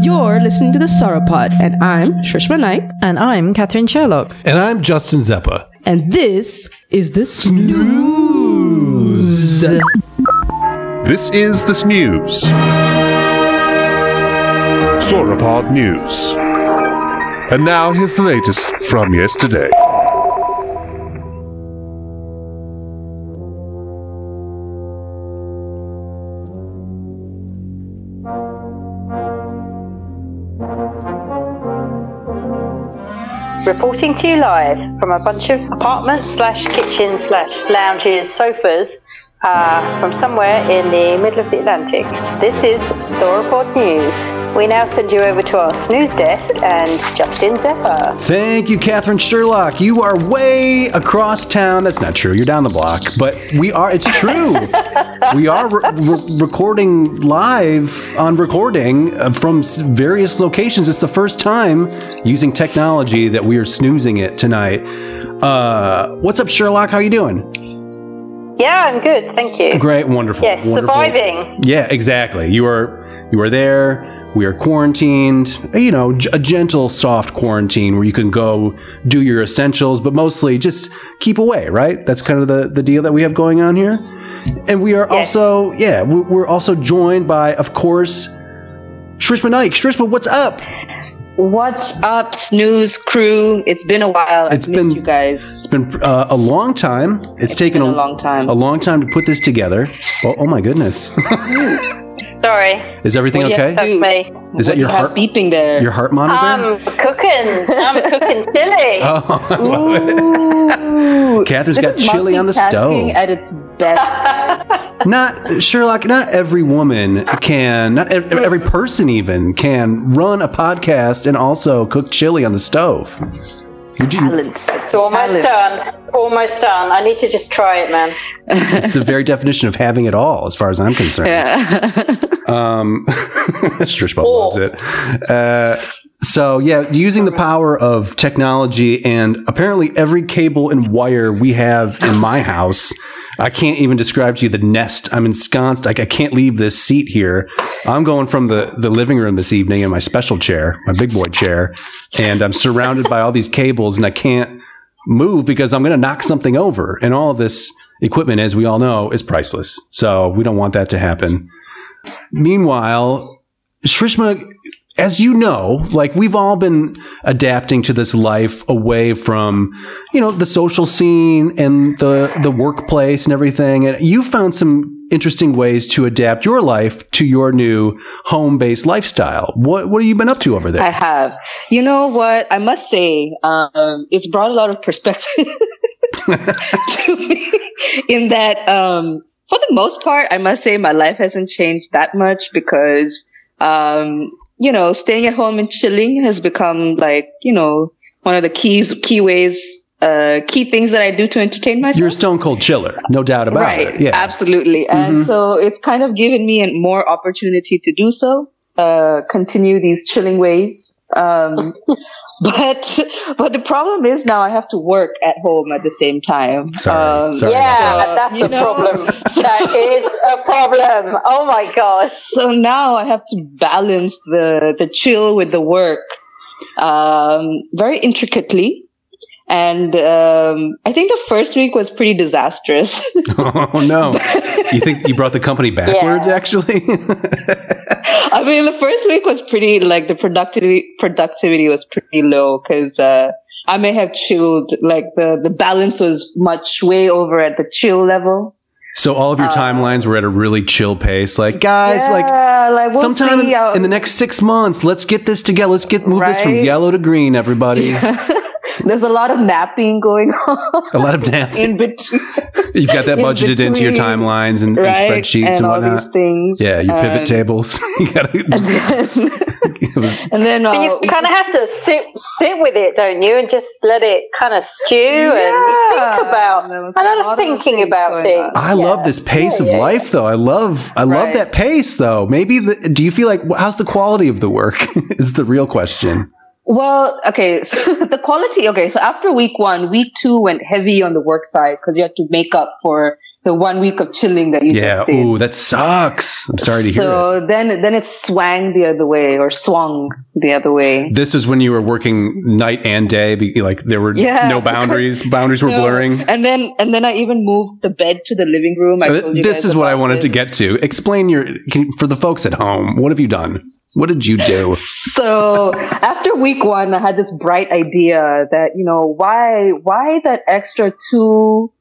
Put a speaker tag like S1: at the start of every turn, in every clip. S1: You're listening to the Sorrow Pod, and I'm Shrishma Naik,
S2: And I'm Catherine Sherlock.
S3: And I'm Justin Zeppa.
S1: and this is the Snooze.
S4: This is the snooze. Sauropod News. And now here's the latest from yesterday.
S5: Reporting to you live from a bunch of apartments slash kitchens slash lounges sofas uh, from somewhere in the middle of the Atlantic. This is Sauropod News. We now send you over to our snooze desk and Justin Zephyr.
S6: Thank you, Catherine Sherlock. You are way across town. That's not true. You're down the block, but we are. It's true. we are re- re- recording live on recording uh, from s- various locations. It's the first time using technology that we are snoozing it tonight. Uh, what's up, Sherlock? How you doing?
S5: Yeah, I'm good, thank you.
S6: Great, wonderful.
S5: Yes,
S6: wonderful.
S5: surviving.
S6: Yeah, exactly. You are you are there. We are quarantined. You know, g- a gentle, soft quarantine where you can go do your essentials, but mostly just keep away. Right? That's kind of the the deal that we have going on here. And we are
S5: Yes.
S6: also yeah, we- we're also joined by, of course, Shrishma Naik. Shrishma, what's up?
S7: What's up, snooze crew? It's been a while.
S6: It's
S7: It's I've
S6: been-
S7: been you guys.
S6: It's been uh, a long time. It's, taken
S7: been a long time.
S6: A long time to put this together. Oh, oh my goodness!
S5: Sorry,
S6: Is everything
S7: Well, yeah,
S6: okay?
S7: so-
S5: that's
S7: Dude.
S5: me.
S6: Is that your
S7: What you have Um,
S6: heart?
S7: beeping there?
S6: Your heart monitor?
S5: I'm cooking. I'm cooking chili.
S6: Oh, I love it.
S7: Ooh,
S6: Oh. Catherine's
S7: this
S6: got
S7: is
S6: chili on the
S7: multitasking
S6: stove.
S7: At its best.
S6: Not Sherlock. Not every woman can. Not ev- every person even can run a podcast and also cook chili on the stove. You do-
S7: Balance. It's
S5: It's almost
S7: balance.
S5: done. Almost done. I need to just try it, man.
S6: It's the very definition of having it all, as far as I'm concerned. Um, Strishball loves it. Uh, so yeah, using the power of technology and apparently every cable and wire we have in my house. I can't even describe to you the nest I'm ensconced. Like I can't leave this seat here. I'm going from the the living room this evening in my special chair, my big boy chair, and I'm surrounded by all these cables, and I can't move because I'm going to knock something over. And all of this equipment, as we all know, is priceless. So we don't want that to happen. Meanwhile, Shrishma, as you know, like we've all been adapting to this life away from, you know, the social scene and the the workplace and everything. And you found some interesting ways to adapt your life to your new home-based lifestyle. What what have you been up to over there?
S7: I have. You know what? I must say, um, it's brought a lot of perspective to me in that, um, for the most part, I must say my life hasn't changed that much because, um, you know, staying at home and chilling has become like, you know, one of the keys, key ways, uh, key things that I do to entertain myself
S6: You're a stone cold chiller, no doubt about
S7: right,
S6: it. Yeah. Mm-hmm.
S7: absolutely. And so it's kind of given me an more opportunity to do so, uh, continue these chilling ways. Um, but but the problem is now I have to work at home at the same time.
S6: Sorry,
S7: Um,
S6: sorry.
S5: Yeah,
S7: So,
S5: that's
S7: you
S5: a
S7: know.
S5: problem. Uh, That is a problem. Oh my gosh.
S7: So now I have to balance the the chill with the work um, very intricately. And um, I think the first week was pretty disastrous.
S6: Oh no! you think you brought the company backwards? Actually,
S7: I mean, the first week was pretty like the productivity productivity was pretty low because uh, I may have chilled like the the balance was much way over at the chill level.
S6: so all of your timelines were at a really chill pace. Like guys, like
S7: Uh, yeah, like we'll
S6: sometime
S7: see,
S6: in,
S7: uh,
S6: in the next six months, let's get this together. Let's get move this from
S7: Right?
S6: yellow to green. Everybody,
S7: there's a lot of napping going on
S6: a lot of nap.
S7: in between,
S6: You've got that
S7: in
S6: budgeted into your
S7: between,
S6: timelines and, and
S7: right?
S6: spreadsheets and,
S7: and all
S6: whatnot.
S7: these things.
S6: Yeah, your pivot
S7: Um,
S6: tables. you gotta,
S7: And then
S5: But
S7: uh,
S5: you kind of have to sit sit with it, don't you? And just let it kind of stew and
S7: Yeah.
S5: think about
S7: There was
S5: a
S7: a
S5: lot of
S7: lot of
S5: thinking
S7: things
S5: about
S7: going
S5: things.
S6: I love this pace of life, though. I love, I love
S7: Right.
S6: that pace, though. Maybe the, do you feel like how's the quality of the work is the real question?
S7: Well, okay. So the quality, okay. So after week one, week two went heavy on the work side because you had to make up for the one week of chilling that you
S6: yeah.
S7: just did.
S6: Ooh, that sucks. I'm sorry to hear. It.
S7: so then, then it swang the other way or swung the other way.
S6: This is when you were working night and day. be- Like there were
S7: Yeah.
S6: no boundaries. Boundaries were
S7: So-
S6: blurring.
S7: And then, and then I even moved the bed to the living room. I
S6: Uh,
S7: told you
S6: this
S7: guys
S6: is what I
S7: about
S6: wanted to
S7: this.
S6: get to. Explain your can, for the folks at home. What have you done? What did you do?
S7: so after week one, I had this bright idea that you know why why that extra two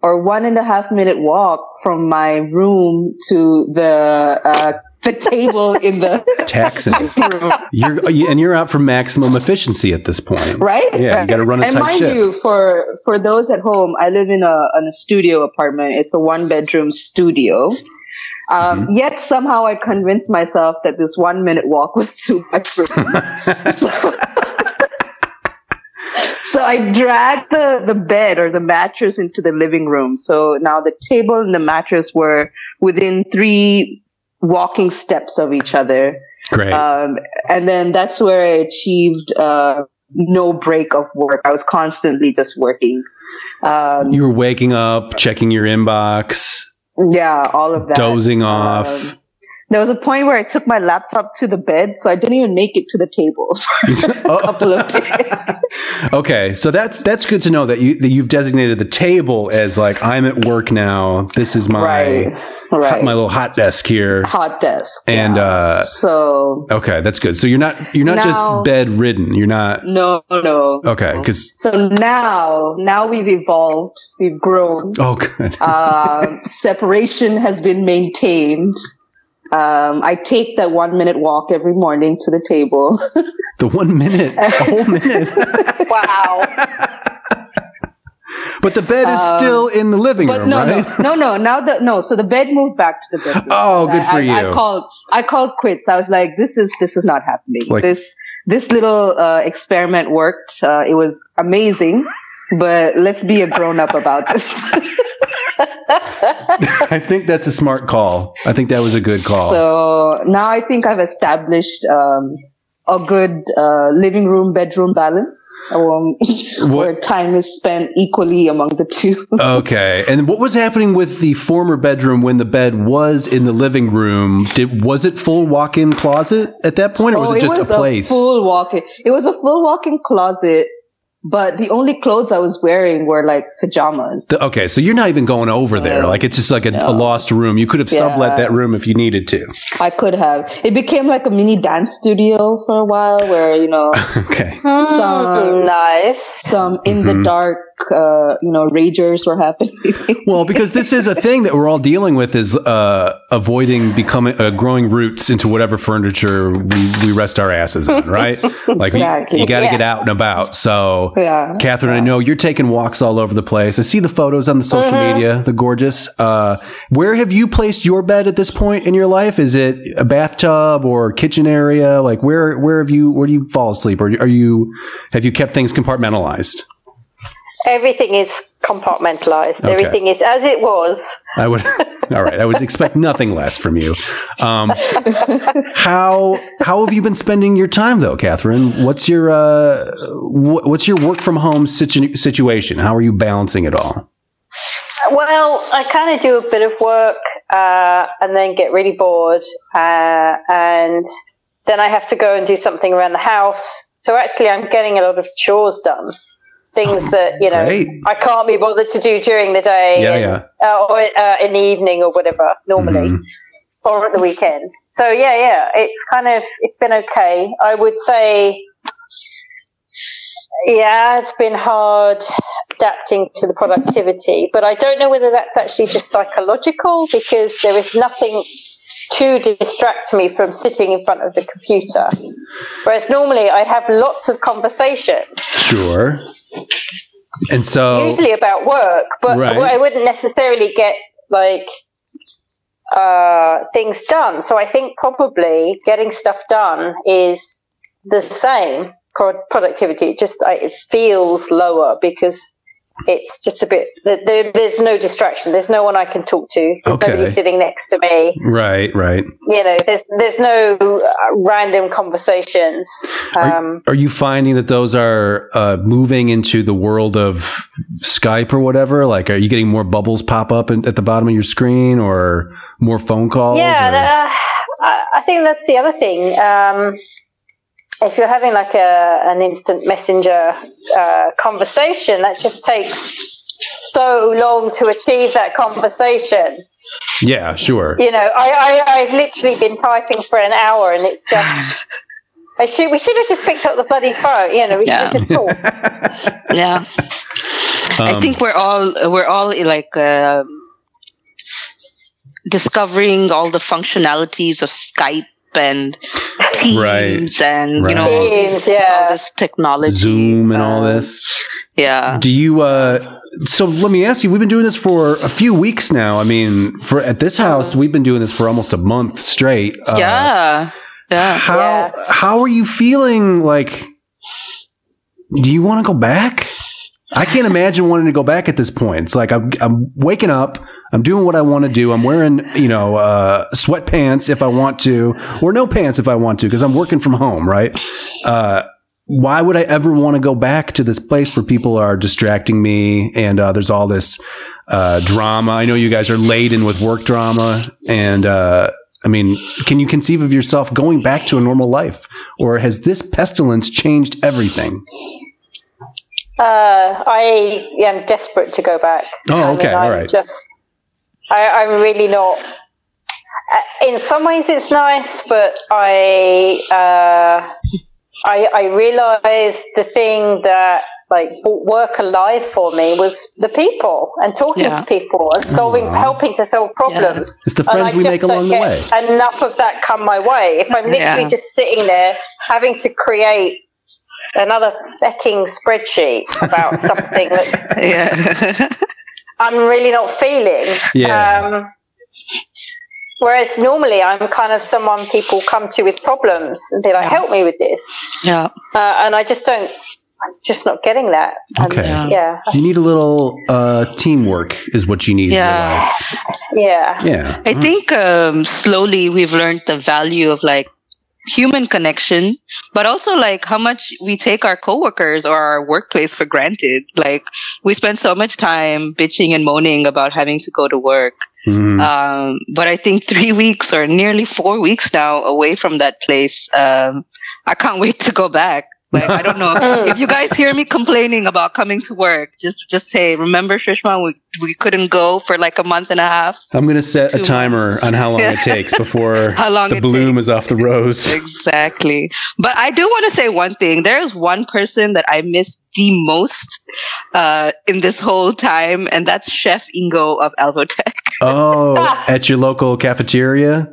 S7: or one and a half minute walk from my room to the uh, the table in the
S6: Taxes.
S7: room,
S6: You're you- and you're out for maximum efficiency at this point.
S7: right?
S6: Yeah, you got to run a
S7: and
S6: tight
S7: mind
S6: ship.
S7: you, for for those at home, I live in a in a studio apartment. It's a one bedroom studio. Um,
S6: Mm-hmm.
S7: Yet somehow I convinced myself that this one minute walk was too much for me. so, so I dragged the the bed or the mattress into the living room. So now the table and the mattress were within three walking steps of each other.
S6: Great.
S7: Um, and then that's where I achieved uh, no break of work. I was constantly just working. Um,
S6: you were waking up, checking your inbox,
S7: yeah, all of that.
S6: dozing
S7: Um,
S6: off.
S7: there was a point where I took my laptop to the bed, so I didn't even make it to the table for
S6: Oh.
S7: a couple of days.
S6: okay, so that's that's good to know that you that you've designated the table as like I'm at work now. This is my
S7: right,
S6: hot-
S7: right.
S6: my little hot desk here,
S7: Hot desk.
S6: and
S7: yeah.
S6: uh,
S7: so
S6: okay, that's good. So you're not you're not
S7: Now-
S6: just bedridden. You're not
S7: no, no.
S6: okay because
S7: So now, now we've evolved, we've grown.
S6: oh good.
S7: um, separation has been maintained. Um, I take that one minute walk every morning to the table.
S6: The one minute, a whole minute.
S5: Wow.
S6: But the bed is still in the living
S7: Um, But
S6: room,
S7: no,
S6: right?
S7: no, no, no. Now the no. So the bed moved back to the bedroom.
S6: Oh, good for
S7: I, I,
S6: you.
S7: I called. I called quits. I was like, this is this is not happening.
S6: Like-
S7: this this little uh, experiment worked. Uh, it was amazing. But let's be a grown up about this.
S6: I think that's a smart call. I think that was a good call.
S7: So now I think I've established um, a good uh, living room bedroom balance um, where time is spent equally among the two.
S6: okay. And what was happening with the former bedroom when the bed was in the living room? Did was it full walk-in closet at that point, or was
S7: Oh,
S6: it just a place?
S7: full walk-in. It was a full walk-in closet, but the only clothes I was wearing were like pajamas.
S6: The- okay, so you're not even going over there. Like it's just like a, a lost room. You could have sublet that room if you needed to.
S7: I could have. It became like a mini dance studio for a while, where you know
S6: Okay.
S7: some
S5: nice.
S7: some in
S6: Mm-hmm.
S7: the dark, uh, you know, ragers were happening.
S6: Well, because this is a thing that we're all dealing with is uh, avoiding becoming uh, growing roots into whatever furniture we, we rest our asses on, right? Like you-
S7: Exactly.
S6: you, got to get out and about. So,
S7: Yeah.
S6: Catherine, I know you're taking walks all over the place. I see the photos on the social
S7: Mm-hmm.
S6: media, the gorgeous. Uh, where have you placed your bed at this point in your life? Is it a bathtub or kitchen area? Like where where have you where do you fall asleep? Or are you have you kept things compartmentalized?
S5: Everything is compartmentalized.
S6: Okay.
S5: Everything is as it was.
S6: I would. All right, I would expect nothing less from you. Um, how how have you been spending your time though, Catherine? What's your uh, wh- what's your work from home situ- situation? How are you balancing it all?
S5: Well, I kind of do a bit of work uh, and then get really bored, uh, and then I have to go and do something around the house. So actually, I'm getting a lot of chores done, things that you know
S6: great.
S5: I can't be bothered to do during the day,
S6: Yeah,
S5: and- uh, or uh, in the evening or whatever normally.
S6: Mm-hmm.
S5: Or at the weekend. So yeah, yeah, it's kind of it's been okay. I would say, yeah, it's been hard adapting to the productivity. But I don't know whether that's actually just psychological because there is nothing to distract me from sitting in front of the computer. Whereas normally I have lots of conversation,
S6: Sure. And so
S5: usually about work, but
S6: Oh. Right.
S5: I wouldn't necessarily get like uh, things done. So I think probably getting stuff done is the same pro- productivity. It just I, it feels lower because it's just a bit there, there- there's no distraction there's no one i can talk to there's
S6: Okay.
S5: nobody sitting next to me
S6: Right, right.
S5: you know there's there's no uh, random conversations um
S6: Are you finding that those are uh, moving into the world of Skype or whatever? Like, are you getting more bubbles pop up in, at the bottom of your screen, or more phone calls?
S5: yeah
S6: or-
S5: that- I, I think that's the other thing um if you're having like a an instant messenger uh, conversation that just takes so long to achieve that conversation
S6: yeah, sure.
S5: you know, I, I, I've literally been typing for an hour and it's just. I should, we should have just picked up the bloody phone. You know, we should
S7: Yeah.
S5: have just talked.
S7: yeah i
S6: Um,
S7: think we're all we're all like uh, discovering all the functionalities of skype and teams
S6: Right.
S7: and you know
S6: Right.
S7: all, these-
S5: Teams, yeah.
S7: all this technology
S6: Zoom and all
S7: um,
S6: this.
S7: yeah
S6: Do you? Uh, so let me ask you. We've been doing this for a few weeks now. I mean, for at this house, we've been doing this for almost a month straight. Uh,
S7: Uh-huh. yeah yeah
S6: How
S5: Yeah.
S6: how are you feeling? Like, do you want to go back? I can't imagine wanting to go back at this point. It's like I'm, I'm waking up. I'm doing what I want to do. I'm wearing, you know, uh, sweatpants if I want to, or no pants if I want to, because I'm working from home, right? Uh, why would I ever want to go back to this place where people are distracting me and uh, there's all this uh, drama? I know you guys are laden with work drama. And uh, I mean, can you conceive of yourself going back to a normal life? Or has this pestilence changed everything?
S5: Uh, I am desperate to go back.
S6: Oh,
S5: I mean,
S6: okay,
S5: I'm
S6: all right.
S5: Just, I, I'm really not. uh, In some ways, it's nice, but I, uh, I, I realised the thing that like brought work alive for me was the people and talking
S7: Yeah.
S5: to people and solving, helping to solve problems.
S6: Mm. It's the
S5: And
S6: friends
S5: I
S6: we
S5: just
S6: make
S5: don't
S6: along the
S5: get
S6: way.
S5: Enough of that come my way. If I'm literally
S7: Yeah.
S5: just sitting there having to create another fucking spreadsheet about something that
S7: yeah
S5: I'm really not feeling.
S6: Yeah.
S5: Um, whereas normally I'm kind of someone people come to with problems and be like,
S7: Yeah.
S5: "Help me with this,"
S7: yeah
S5: uh, and I just don't. I'm just not getting that. And,
S6: Okay.
S5: yeah.
S7: Um,
S6: You need a little uh, teamwork, is what you need
S7: Yeah.
S5: Yeah.
S6: in your life.
S7: I think um, slowly we've learned the value of like human connection, but also like how much we take our coworkers or our workplace for granted. Like we spend so much time bitching and moaning about having to go to work.
S6: Yeah. Mhm.
S7: Um, but I think three weeks or nearly four weeks now away from that place, um, I can't wait to go back. Like I don't know if you guys hear me complaining about coming to work, just just say remember Shishma, we we couldn't go for like a month and a half.
S6: I'm going to set a
S7: Two
S6: timer
S7: months.
S6: on how long
S7: Yeah.
S6: it takes before
S7: How long
S6: the
S7: it
S6: bloom is off the rose.
S7: Exactly. But I do want to say one thing. There is one person that I miss the most uh, in this whole time, and that's Chef Ingo of Alvotech.
S6: Oh, at your local cafeteria?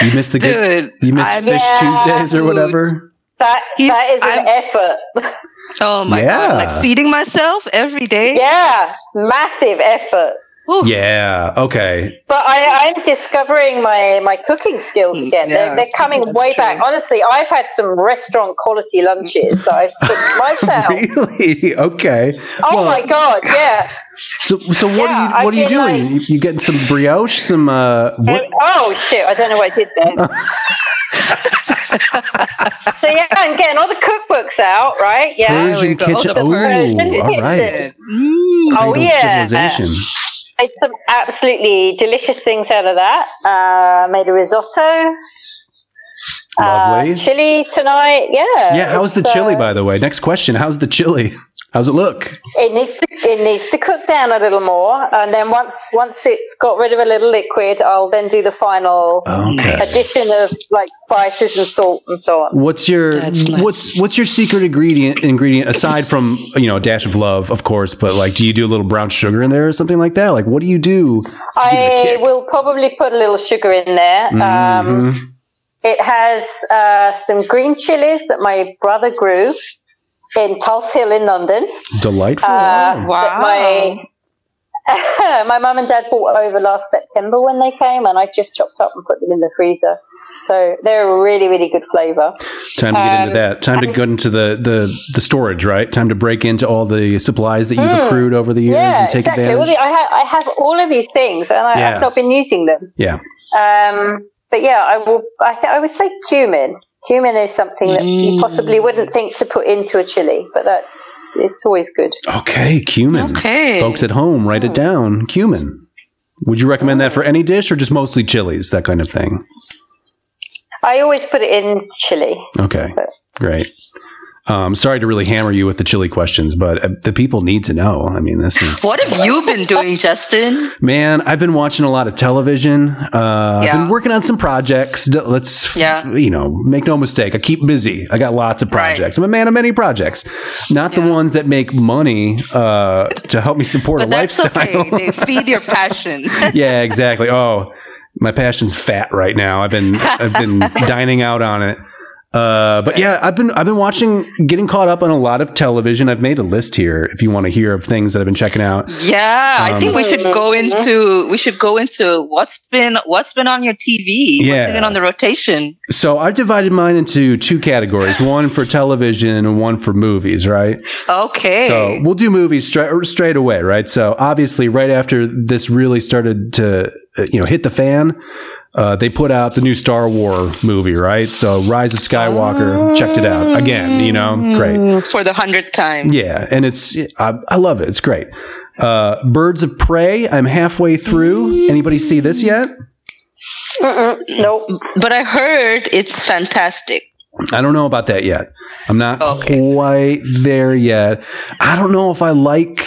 S6: You missed the good,
S7: Dude.
S6: you missed
S7: I'm-
S6: Fish
S5: Yeah.
S6: Tuesdays or
S7: Dude.
S6: whatever?
S5: That
S7: He's-
S5: that is an
S7: I'm-
S5: effort.
S7: Oh my
S6: Yeah.
S7: God. Like feeding myself every day.
S5: yeah, massive effort.
S7: Ooh.
S6: Yeah. Okay.
S5: But I, I'm discovering my, my cooking skills
S7: Mm,
S5: again.
S7: yeah,
S5: they're, they're coming
S7: that's
S5: way
S7: true.
S5: back. Honestly, I've had some restaurant quality lunches that I've cooked myself.
S6: Really? Okay.
S5: Oh
S6: Well,
S5: my god! Yeah.
S6: So so what
S5: Yeah,
S6: are you
S5: I
S6: what are you
S5: did,
S6: doing? you, you getting some brioche, some uh what
S5: And- oh shit! I don't know what I did there. so yeah, I'm getting all the cookbooks out, right? Yeah.
S7: we
S6: Persian
S7: go. Oh,
S6: kitchen?
S7: the
S6: Oh,
S7: Persian
S6: all right.
S5: kitchen.
S7: Mm.
S5: Oh
S6: Cradle of
S5: yeah.
S6: Civilization.
S5: Made some absolutely delicious things out of that. Uh, made a risotto.
S6: Lovely.
S5: Uh, chili tonight. Yeah.
S6: yeah, how's the
S5: it's,
S6: chili
S5: uh,
S6: by the way? Next question, how's the chili? How's it look?
S5: It needs to it needs to cook down a little more, and then once once it's got rid of a little liquid, I'll then do the final
S6: Oh. Okay.
S5: addition of like spices and salt and so on.
S6: What's your
S7: That's nice.
S6: what's what's your secret ingredient ingredient aside from you know a dash of love of course but like do you do a little brown sugar in there or something like that like what do you do
S5: I will probably put a little sugar in there.
S6: Mm-hmm.
S5: Um, it has uh, some green chilies that my brother grew in Tulse Hill in London.
S6: Oh, delightful
S5: Uh,
S7: Wow.
S5: that My my mum and dad bought over last September when they came, and I just chopped up and put them in the freezer. So they're a really really good flavour.
S6: Time to get
S5: Um,
S6: into that. Time to
S5: I-
S6: go into the, the the storage, right? Time to break into all the supplies that you've accrued over the years and take
S5: Hmm. exactly. All
S6: advantage.
S5: the- I, ha- I have all of these things, and I,
S6: Yeah.
S5: I've not been using them.
S6: yeah.
S5: Um, but yeah, I will. I think I would say cumin. Cumin is something that
S6: Mm.
S5: you possibly wouldn't think to put into a chili, but that's it's always good.
S6: Okay, cumin.
S7: Okay.
S6: Folks at home, write
S5: Hmm.
S6: it down. Cumin. Would you recommend that for any dish or just mostly chilies, that kind of thing?
S5: I always put it in chili.
S6: Okay, great. Um, sorry to really hammer you with the chili questions, but uh, the people need to know. I mean, this is
S7: What have you been doing, Justin?
S6: man. I've been watching a lot of television. Uh, I've
S7: Yeah.
S6: been working on some projects. D- Let's,
S7: Yeah.
S6: you know, make no mistake. I keep busy. I got lots of
S7: Right.
S6: projects. I'm a man of many projects, not the ones that make money uh, to help me support
S7: But
S6: a
S7: that's
S6: lifestyle.
S7: okay. They feed your passion.
S6: yeah, exactly. Oh, my passion's fat right now. I've been I've been dining out on it. Uh, but yeah, I've been I've been watching, getting caught up on a lot of television. I've made a list here if you want to hear of things that I've been checking out.
S7: yeah, I think
S6: Um,
S7: we should go into we should go into what's been what's been on your TV.
S6: Yeah.
S7: What's been on the rotation?
S6: So I've divided mine into two categories: one for television and one for movies. Right.
S7: Okay.
S6: So we'll do movies straight straight away, right? So obviously, right after this really started to uh, you know hit the fan, uh, they put out the new Star Wars movie, right? So Rise of Skywalker, checked it out again. You know, great,
S7: for the hundredth time.
S6: yeah, and it's I, I love it. It's great. Uh, Birds of Prey. I'm halfway through. Anybody see this yet?
S5: Mm-mm, nope.
S7: But I heard it's fantastic.
S6: I don't know about that yet. I'm not
S7: Okay.
S6: quite there yet. I don't know if I like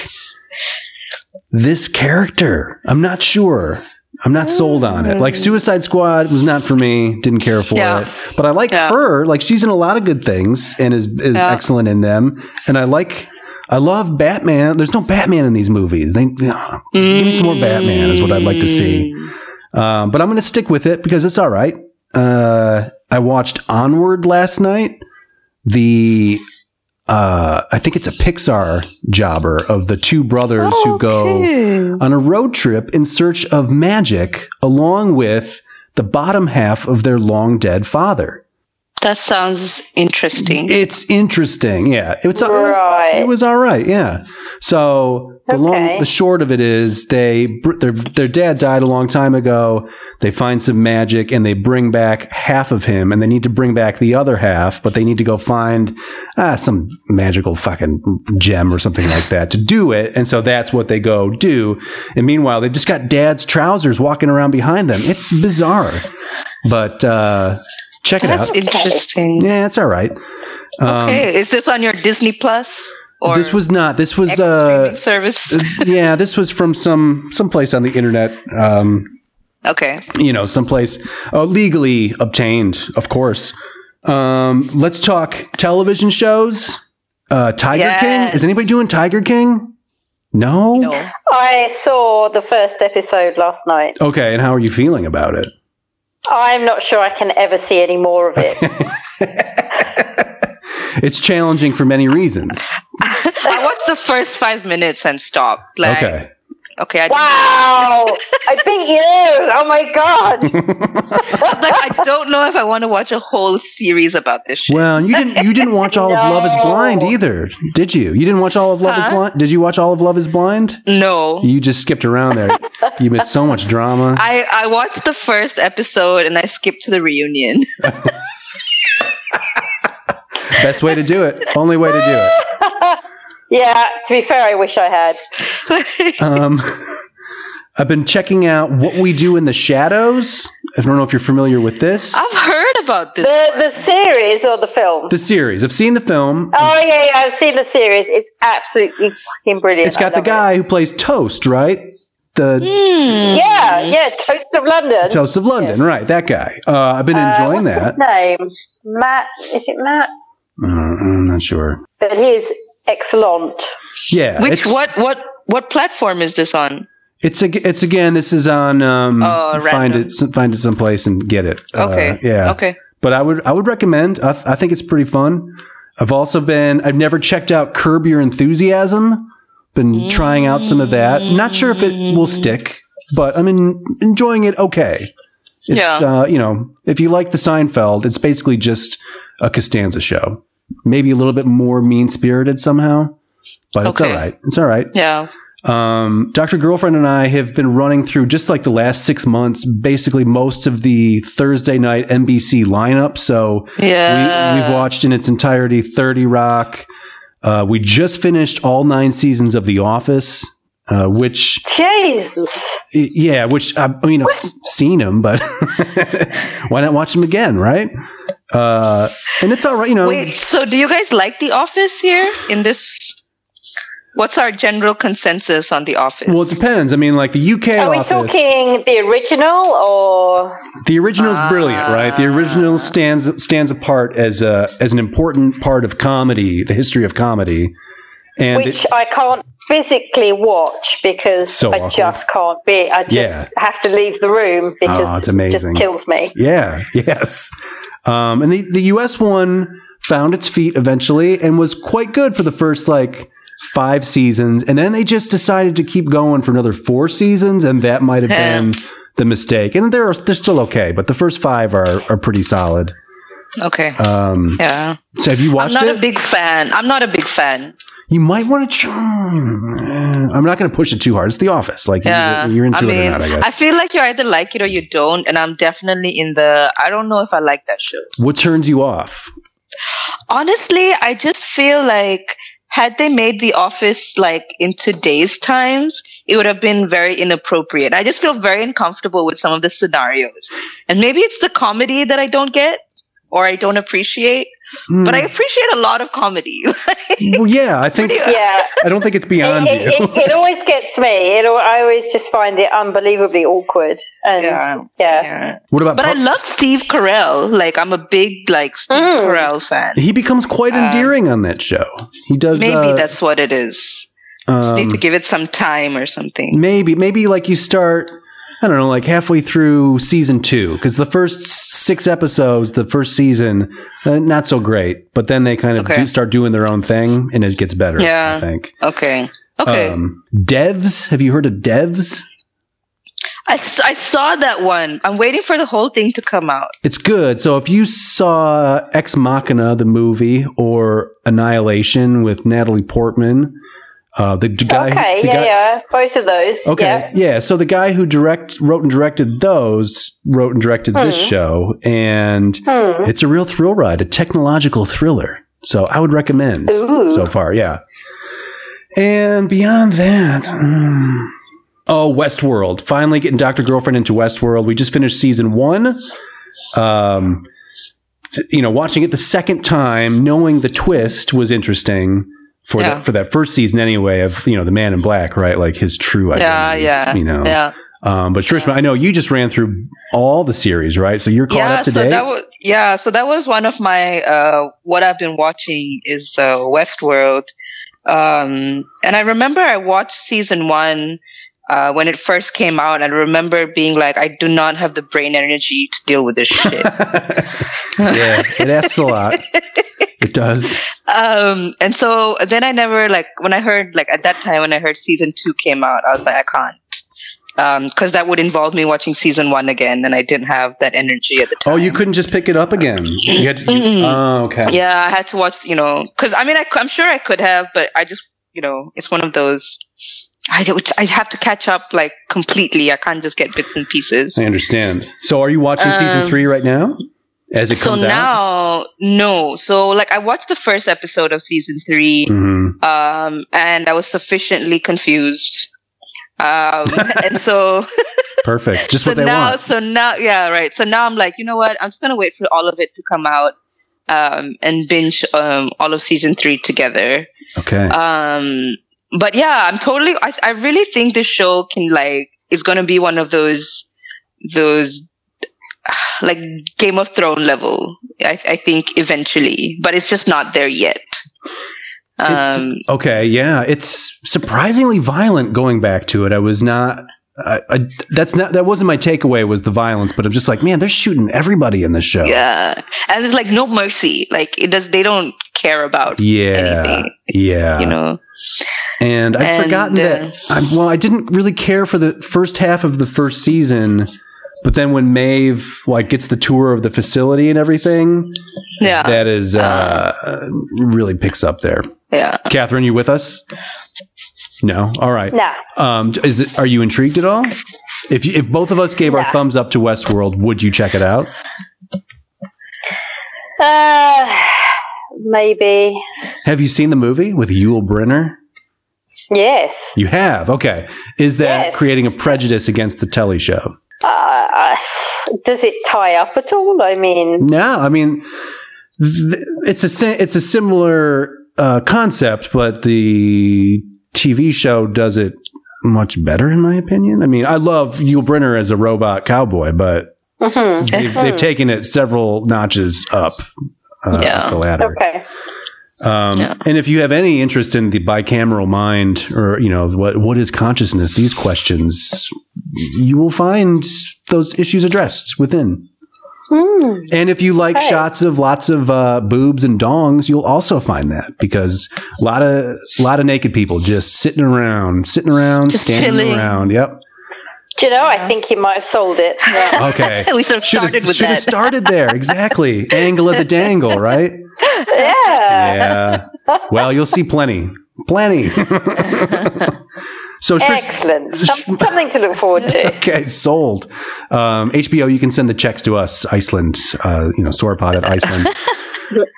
S6: this character. I'm not sure. I'm not sold on it. Like Suicide Squad was not for me. Didn't care for
S7: Mm. Yeah.
S6: it. But I like
S7: Yeah.
S6: her. Like she's in a lot of good things and is is
S7: Yeah.
S6: excellent in them. And I like. I love Batman. There's no Batman in these movies. They give me some more Batman is what I'd like to see. Um, but I'm going to stick with it because it's all right. Uh, I watched Onward last night. The uh, I think it's a Pixar jobber of the two brothers who go on a road trip in search of magic, along with the bottom half of their long dead father.
S7: That sounds interesting.
S6: It's interesting. Yeah. It was,
S5: Right.
S6: it was all right. Yeah. So the long,
S5: Okay.
S6: the short of it is they, br- their, their dad died a long time ago. They find some magic and they bring back half of him and they need to bring back the other half, but they need to go find ah, some magical fucking gem or something like that to do it. And so that's what they go do. And meanwhile, they've just got dad's trousers walking around behind them. It's bizarre, but, uh, check it
S7: That's
S6: out.
S7: interesting.
S6: Yeah, it's all right.
S7: okay, is this on your Disney Plus or
S6: Um, this was not. This was
S7: streaming
S6: uh,
S7: service?
S6: yeah. This was from some someplace on the internet. Um,
S7: okay.
S6: you know, someplace uh, legally obtained, of course. Um, let's talk television shows. Uh, Tiger King. Is
S7: Yes.
S6: anybody doing Tiger King? No.
S7: No.
S5: I saw the first episode last night.
S6: Okay. And how are you feeling about it?
S5: I'm not sure I can ever see any more of it.
S6: It's challenging for many reasons.
S7: I watched the first five minutes and stopped. Like, okay.
S6: Okay.
S7: Okay. I,
S5: wow! I beat you! Oh my god!
S7: was like, I don't know if I want to watch a whole series about this shit.
S6: Well, and you didn't. You didn't watch all of Love Is Blind either, did you? You didn't watch all of Love Is
S7: Huh?
S6: Blind. Did you watch all of Love Is Blind?
S7: no.
S6: You just skipped around there. you missed so much drama.
S7: I, I watched the first episode and I skipped to the reunion.
S6: Best way to do it. Only way to do
S5: Yeah, to be fair, I wish I had.
S6: it. Um, I've been checking out what we do in the shadows. I don't know if you're familiar with this.
S7: I've heard about this.
S5: The the series or the film?
S6: The series. I've seen the film.
S5: oh yeah, yeah, I've seen the series. It's absolutely fucking brilliant.
S6: It's got
S5: I
S6: the
S5: love
S6: guy who plays Toast, right?
S7: Mm,
S6: The
S5: it. Yeah, yeah, Toast of London.
S6: Mm-hmm. Toast of London, right? That guy. Uh, I've been enjoying that.
S5: Name Matt? Is it Matt?
S6: Uh, I'm not sure.
S5: But he is excellent.
S6: Yeah.
S7: Which
S6: it's-
S7: what what what platform is this on?
S6: It's ag- it's again. This is on. Um,
S7: Oh,
S6: find
S7: random.
S6: it. some- Find it someplace and get it. Uh,
S7: Okay.
S6: yeah.
S7: Okay.
S6: But I would I would recommend. I, th- I think it's pretty fun. I've also been. I've never checked out Curb Your Enthusiasm. Been trying out some of that. Not sure if it will stick, but I'm en- enjoying it. Okay. It's
S7: Yeah.
S6: uh, you know, if you like the Seinfeld, it's basically just a Costanza show. Maybe a little bit more mean spirited somehow, but it's all
S7: Okay.
S6: right. It's all right.
S7: Yeah.
S6: Um, Dr. Girlfriend and I have been running through just like the last six months, basically most of the Thursday night NBC lineup. So
S7: Yeah.
S6: we, we've watched in its entirety 30 Rock. Uh, we just finished all nine seasons of The Office, uh, which,
S5: Jesus.
S6: y- yeah, which I, I mean, I've s- seen them, but why not watch them again, right? Uh, and it's all right, you know.
S7: Wait, so do you guys like The Office here in this? What's our general consensus on The Office?
S6: Well, it depends. I mean, like the UK
S5: Are we
S6: office.
S5: talking the original or
S6: The original's brilliant, right? The
S7: Ah.
S6: original stands stands apart as a as an important part of comedy, the history of comedy, and
S5: which I can't physically watch because
S6: So
S5: I
S6: awkward.
S5: just can't be. I just
S6: Yeah.
S5: have to leave the room
S6: Oh,
S5: because
S6: it's
S5: it just
S6: amazing.
S5: kills me.
S6: yeah, yes, um, and the the US one found its feet eventually and was quite good for the first like five seasons, and then they just decided to keep going for another four seasons, and that might have
S7: Yeah.
S6: been the mistake. And they're they're still okay, but the first five are are pretty solid.
S7: okay.
S6: Um,
S7: yeah.
S6: so have you
S7: I'm
S6: watched
S7: not
S6: it?
S7: a big fan. I'm not a big fan.
S6: you might want to. Ch- I'm not going to push it too hard. It's The Office. Like
S7: Yeah.
S6: you're, you're into
S7: I mean,
S6: it or not. I guess.
S7: feel like you either like it or you don't. And I'm definitely in the, I don't know if I like that show.
S6: what turns you off?
S7: Honestly, I just feel like had they made The Office like in today's times, it would have been very inappropriate. I just feel very uncomfortable with some of the scenarios. And maybe it's the comedy that I don't get or I don't appreciate,
S6: Hmm.
S7: but I appreciate a lot of comedy.
S6: Mm, well, yeah, I think
S5: Yeah.
S6: I don't think it's beyond
S5: It,
S6: you.
S5: it, it always gets me. It, al- I always just find it unbelievably awkward. And
S7: Yeah.
S5: yeah,
S6: what about?
S7: But I
S6: Pu-
S7: love Steve Carell. Like I'm a big like Steve
S5: Mm.
S7: Carell fan.
S6: Hmm. he becomes quite endearing on that show. He does.
S7: Um, Maybe
S6: uh,
S7: that's what it is. Just
S6: um,
S7: need to give it some time or something.
S6: maybe maybe like you start. I don't know, like halfway through season two, because the first six episodes, the first season, uh, not so great, but then they kind of
S7: Okay.
S6: do start doing their own thing, and it gets better.
S7: Yeah.
S6: I think.
S7: Okay. Okay.
S6: Um, devs. Have you heard of devs?
S7: I, s- I saw that one. I'm waiting for the whole thing to come out.
S6: It's good. So if you saw Ex Machina, the movie, or Annihilation with Natalie Portman, uh, the d- guy,
S5: Okay,
S6: the
S5: yeah,
S6: guy-
S5: yeah. Both of those.
S6: okay,
S5: Yeah.
S6: So the guy who direct, wrote and directed those, wrote and directed this show, and
S5: Hmm.
S6: it's a real thrill ride, a technological thriller. So I would recommend
S5: Ooh.
S6: so far, yeah. And beyond that, mm, oh, Westworld. Finally getting Dr. Girlfriend into Westworld. We just finished season one. Um, th- you know, watching it the second time, knowing the twist was interesting for
S7: Yeah.
S6: that for that first season anyway of you know the Man in Black, right? Like his true
S7: Yeah,
S6: identity.
S7: yeah,
S6: You know.
S7: yeah,
S6: Um, but Trishma, I know you just ran through all the series, right? So you're caught
S7: yeah.
S6: up today.
S7: So that was yeah. So that was one of my uh, what I've been watching is uh, Westworld, um, and I remember I watched season one uh, when it first came out, and I remember being like, I do not have the brain energy to deal with this shit.
S6: yeah, it asks a lot. It does.
S7: um, and so then I never like when I heard like at that time when I heard season two came out, I was like, I can't. Because that would involve me watching season one again, and I didn't have that energy at the time.
S6: Oh, you couldn't just pick it up again. You had,
S7: Mm-mm.
S6: oh, okay.
S7: yeah i had to watch you know because i mean I, am sure i could have but i just you know it's one of those I, don't- I have to catch up like completely i can't just get bits and pieces
S6: I understand. So, are you watching season
S7: Um,
S6: three right now? As it
S7: so
S6: comes out.
S7: now no so like i watched the first episode of season 3
S6: Mhm.
S7: um and i was sufficiently confused um and so
S6: Perfect. Just
S7: so
S6: what they
S7: now
S6: want.
S7: so now yeah right so now i'm like you know what i'm just gonna wait for all of it to come out um and binge um all of season three together
S6: Okay.
S7: um but yeah i'm totally i, I really think this show can like is going to be one of those those like game of throne level i, I think eventually but it's just not there yet
S6: It's-
S7: um
S6: okay. Yeah. It's surprisingly violent going back to it. I was not. I, I, that's not that wasn't my takeaway was the violence but i'm just like man they're shooting everybody in this show
S7: yeah and there's like no mercy like it does they don't care about
S6: yeah
S7: Anything,
S6: yeah
S7: you know
S6: And I've
S7: And,
S6: forgotten
S7: uh,
S6: that. I, well, I didn't really care for the first half of the first season, but then when Maeve like gets the tour of the facility and everything,
S7: Yeah.
S6: That is
S7: Uh-huh.
S6: uh, really picks up there.
S7: Yeah.
S6: Catherine, you with us? No. All right.
S5: No.
S6: Um, is it, are you intrigued at all? If you, if both of us gave our
S5: No.
S6: thumbs up to Westworld, would you check it out?
S5: Uh, maybe.
S6: Have you seen the movie with Yul Brynner?
S5: Yes.
S6: You have. Okay. Is that
S5: Yes.
S6: creating a prejudice against the telly show?
S5: Uh, does it tie up at all? I mean,
S6: No, I mean th- it's a si- it's a similar uh, concept, but the TV show does it much better, in my opinion. I mean, I love Yul Brynner as a robot cowboy, but
S5: mhm.
S6: they've, they've taken it several notches up. Uh, up
S7: Yeah.
S6: the ladder.
S5: okay.
S6: Um,
S7: Yeah.
S6: And if you have any interest in the bicameral mind, or you know what what is consciousness, these questions, you will find those issues addressed within.
S5: Hmm.
S6: And if you like
S5: Hey.
S6: shots of lots of uh, boobs and dongs, you'll also find that because a lot of lot of naked people just sitting around, sitting around,
S7: Just
S6: standing
S7: chilling.
S6: around. Yep.
S5: Do you know? I think he might have sold it. Yeah.
S6: Okay.
S7: We sort of
S6: Should have
S7: started with that.
S6: started there. Exactly. Angle of the dangle, right?
S5: yeah.
S6: Yeah. Well, you'll see plenty. Plenty. so Trish-
S5: Excellent. Some, something to look forward to.
S6: Okay, sold. Um, HBO, you can send the checks to us, Iceland, uh, you know, Sauropod at Iceland.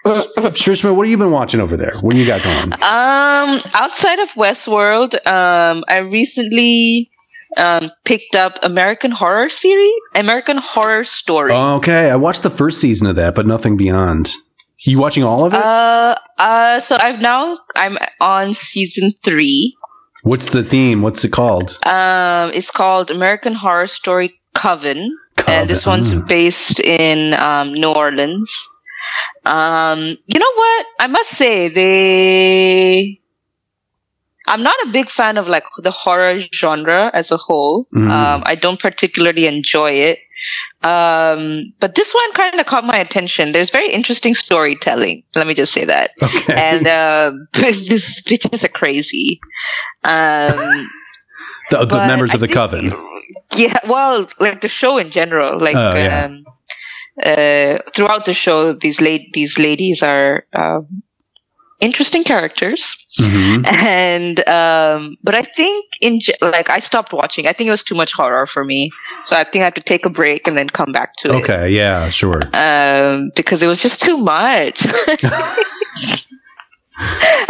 S6: Shrishma, what have you been watching over there? What do you got going?
S7: Um, outside of Westworld, um, I recently um picked up American Horror series, American Horror Story.
S6: Oh. Okay, I watched the first season of that, but nothing beyond. You watching all of it?
S7: Uh, uh, so I've now I'm on season three.
S6: What's the theme? What's it called?
S7: Um, it's called American Horror Story Coven, and this
S6: Coven.
S7: one's
S6: Mm.
S7: based in um, New Orleans. Um, you know what? I must say they. I'm not a big fan of like the horror genre as a whole.
S6: Mm.
S7: Um, I don't particularly enjoy it. Um, but this one kind of caught my attention. There's very interesting storytelling. Let me just say that
S6: Okay.
S7: and uh, these bitches are crazy. Um,
S6: the, the
S7: but
S6: members
S7: I
S6: of the
S7: think-
S6: coven.
S7: yeah, well, like the show in general, like
S6: Oh, yeah.
S7: um, uh, throughout the show, these la- these ladies are um, interesting characters,
S6: Mhm.
S7: and um, but I think in ge- like I stopped watching. I think it was too much horror for me, so I think I have to take a break and then come back to it.
S6: Okay, yeah, sure.
S7: Um, because it was just too much.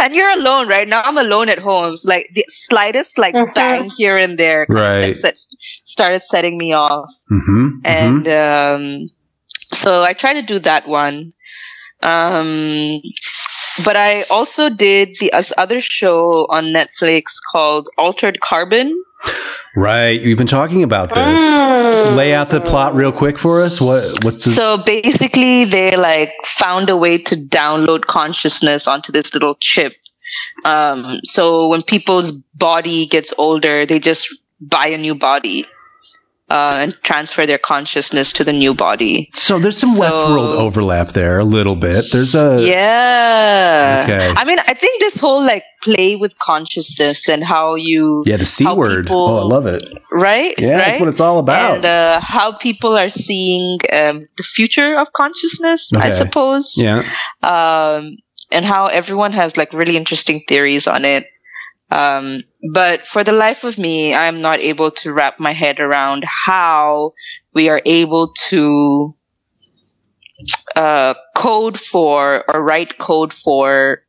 S7: and you're alone, right? Now I'm alone at home. So, like the slightest like
S5: Mhm.
S7: bang here and there kind of
S6: Right.
S7: set- started setting me off.
S6: hmm
S7: And um, so I tried to do that one. Um, but I also did the us- other show on Netflix called Altered Carbon.
S6: Right, you've been talking about this. Lay out the plot real quick for us. What? What's the?
S7: Mm. So basically, they like found a way to download consciousness onto this little chip. Um, so when people's body gets older, they just buy a new body uh, and transfer their consciousness to the new body.
S6: So there's some
S7: So-
S6: Westworld overlap there a little bit. There's a
S7: yeah.
S6: okay.
S7: I mean, I think this whole like play with consciousness and how you
S6: yeah, the C
S7: how
S6: word.
S7: people-
S6: Oh, I love it.
S7: right
S6: Yeah,
S7: right
S6: that's what it's all about.
S7: and uh, how people are seeing um, the future of consciousness, I
S6: Okay.
S7: suppose.
S6: yeah.
S7: um, and how everyone has like really interesting theories on it. Um, but for the life of me, I'm not able to wrap my head around how we are able to uh, code for or write code for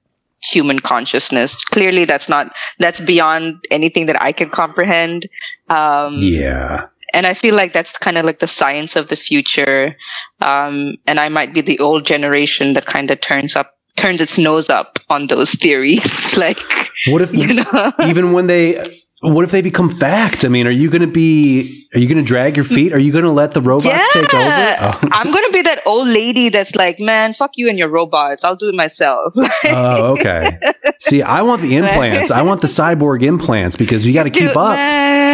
S7: human consciousness. Clearly, that's not that's beyond anything that I can comprehend. Um,
S6: Yeah.
S7: and I feel like that's kind of like the science of the future. Um, and I might be the old generation that kind of turns up, turns its nose up on those theories. like,
S6: What if
S7: you know,
S6: even when they what if they become fact? I mean, are you going to be are you going to drag your feet? Are you going to let the robots take
S7: Yeah.
S6: over? Oh.
S7: I'm going to be that old lady that's like, man, fuck you and your robots. I'll do it myself.
S6: Oh, oh, okay. See, I want the implants. I want the cyborg implants because you got to keep up.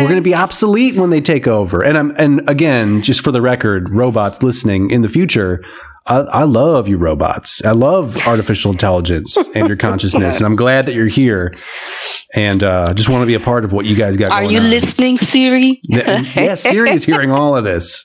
S6: We're going to be obsolete when they take over. And I'm and again, just for the record, robots listening in the future, I, I love you robots. I love artificial intelligence and your consciousness, and I'm glad that you're here. And uh, just want to be a part of what you guys got.
S7: Are
S6: going
S7: you
S6: on.
S7: listening, Siri?
S6: Th- yeah, Siri is hearing all of this.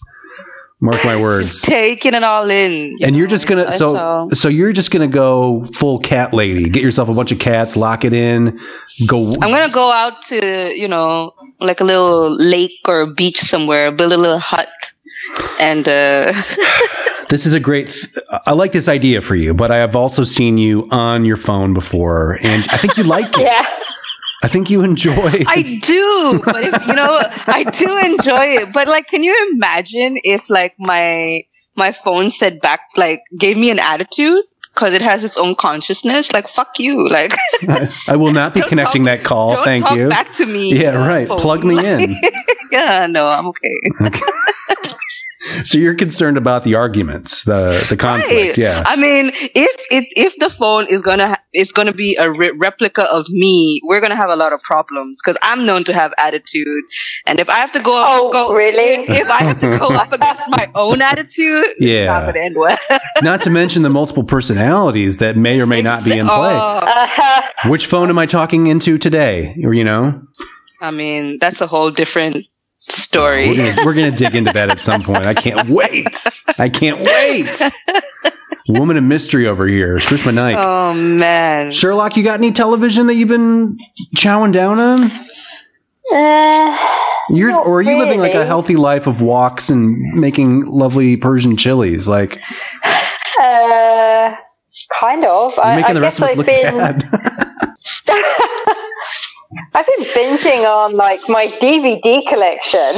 S6: Mark my words.
S7: Just taking it all in. you
S6: and you're
S7: know,
S6: just gonna
S7: it's-
S6: so
S7: it's all-
S6: so you're just gonna go full cat lady. Get yourself a bunch of cats, lock it in, go.
S7: I'm gonna go out to you know like a little lake or beach somewhere, build a little hut, and uh,
S6: This is a great. Th- I like this idea for you, but I have also seen you on your phone before, and I think you like it.
S5: Yeah.
S6: I think you enjoy.
S7: I do. But if you know, I do enjoy it. But like, can you imagine if like my my phone said back like gave me an attitude because it has its own consciousness? Like, fuck you. Like,
S6: I will not be
S7: Don't
S6: connecting
S7: talk-
S6: that call.
S7: don't
S6: Oh, Thank
S7: talk
S6: you.
S7: back to me.
S6: Yeah,
S7: uh,
S6: right.
S7: phone.
S6: Plug me in.
S7: yeah, no, I'm okay.
S6: So you're concerned about the arguments, the the conflict.
S7: Right.
S6: Yeah.
S7: I mean, if if if the phone is gonna ha- it's gonna be a re- replica of me, we're gonna have a lot of problems because I'm known to have attitudes, and if I have to go,
S5: Oh,
S7: go
S5: really?
S7: If I have to go up against my own attitude, it's
S6: Yeah.
S7: not gonna end well.
S6: not to mention the multiple personalities that may or may not be in play.
S7: Oh,
S5: Uh,
S6: Which phone am I talking into today? Or, You know,
S7: I mean, that's a whole different story.
S6: we're gonna, we're gonna dig into that at some point. I can't wait. I can't wait. Woman of mystery over here, Strishma Knight.
S7: Oh man.
S6: Sherlock, you got any television that you've been chowing down on?
S5: uh,
S6: You're
S5: Not
S6: or are you living like a
S5: really.
S6: healthy life of walks and making lovely Persian chilies? Like
S5: uh, kind of.
S6: you're
S5: I,
S6: making
S5: I
S6: the rest
S5: guess I've
S6: of us look
S5: been.
S6: bad.
S5: I've been binging on like my DVD collection.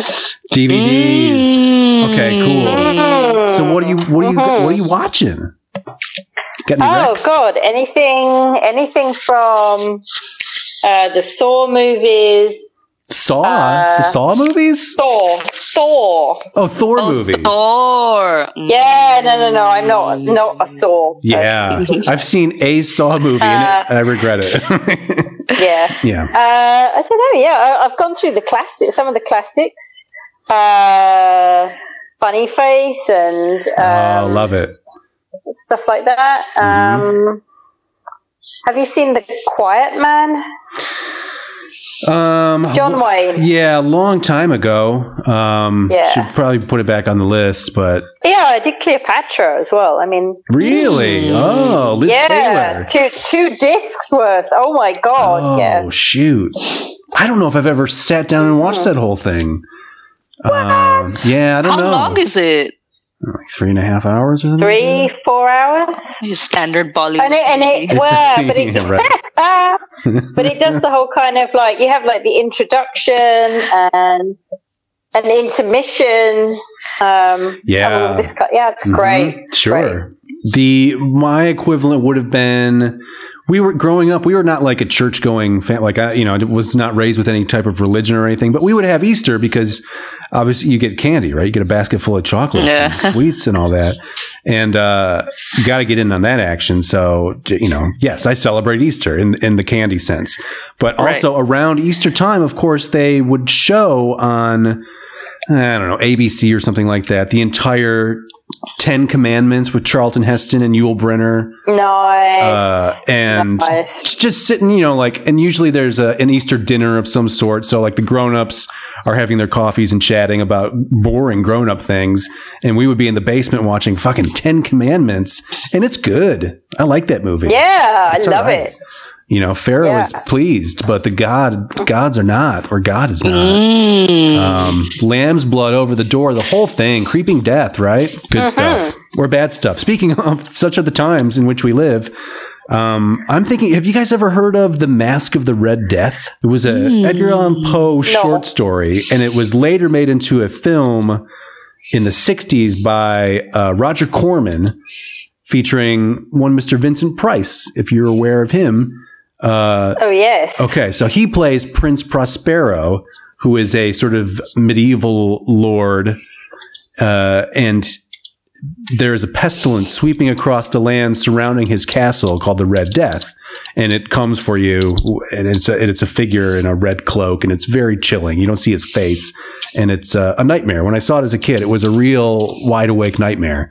S6: DVDs. Okay, cool.
S5: Mm.
S6: So what are you what are you
S5: Mhm.
S6: what are you watching? Got any
S5: Oh
S6: recs?
S5: God! Anything, anything from uh, the Saw movies,
S6: Saw the
S5: Uh,
S6: Saw movies?
S5: Saw, Saw.
S6: Oh, Thor
S7: Oh,
S6: movies.
S7: Thor. Mm.
S5: Yeah, no, no, no. I'm not, not a Saw.
S6: Yeah, I've seen a Saw movie
S5: Uh,
S6: and I regret it.
S5: yeah.
S6: yeah,
S5: Uh, I don't know. Yeah, I, I've gone through the classic, some of the classics, uh, Funny Face, and
S6: Oh, I
S5: um,
S6: love Mm-hmm. it.
S5: stuff like that. Um, Have you seen The Quiet Man?
S6: Um,
S5: John Wayne.
S6: Yeah, a long time ago. Um,
S5: Yeah.
S6: Should probably put it back on the list, but
S5: Yeah, I did Cleopatra as well. I mean,
S6: really, oh, Liz
S5: Mm. yeah,
S6: Taylor.
S5: two two discs worth. Oh my god!
S6: oh
S5: Yeah,
S6: shoot, I don't know if I've ever sat down and watched
S5: Mm-hmm.
S6: that whole thing. Um, yeah, I don't
S7: How
S6: know.
S7: long is it?
S6: like three and a half hours or something?
S5: three four hours.
S7: Your standard Bollywood.
S5: And it, and
S7: movie.
S5: it,
S6: It's-
S5: well, but it,
S6: yeah, right.
S5: Ah, but it does the whole kind of like you have like the introduction and an intermission. Um, and
S6: Yeah.
S5: all this kind, yeah, it's great.
S6: Mhm. Sure. The my equivalent would have been we were growing up. We were not like a church going fan. Like I, you know, I was not raised with any type of religion or anything. But we would have Easter because obviously you get candy, right? You get a basket full of chocolates
S7: Yeah.
S6: and sweets and all that, and uh, you got to get in on that action. So you know, yes, I celebrate Easter in in the candy sense, but
S7: Right.
S6: also around Easter time, of course, they would show on. I don't know, ABC or something like that. The entire Ten Commandments with Charlton Heston and Yul Brynner,
S5: Nice.
S6: uh, and
S5: Nice.
S6: it's just sitting, you know, like, and usually there's a, an Easter dinner of some sort. So like the grown-ups are having their coffees and chatting about boring grown-up things, and we would be in the basement watching fucking Ten Commandments, and it's good. I like that movie.
S5: yeah, I
S6: It's all
S5: love
S6: right.
S5: it.
S6: You know, Pharaoh
S5: Yeah.
S6: is pleased, but the god gods are not, or God is not.
S7: Mm.
S6: Um, lamb's blood over the door, the whole thing, creeping death, right? Good
S5: Mm-hmm.
S6: stuff or bad stuff. Speaking of, such are the times in which we live. Um, I'm thinking, have you guys ever heard of The Mask of the Red Death? It was a Edgar Allan Poe short story, and it was later made into a film in the 60s by uh, Roger Corman featuring one Mr. Vincent Price, if you're aware of him. Uh,
S5: Oh yes.
S6: Okay, so he plays Prince Prospero, who is a sort of medieval lord, uh, and there is a pestilence sweeping across the land surrounding his castle called the Red Death, and it comes for you, and it's a, and it's a figure in a red cloak, and it's very chilling. You don't see his face, and it's a, a nightmare. When I saw it as a kid, it was a real wide awake nightmare.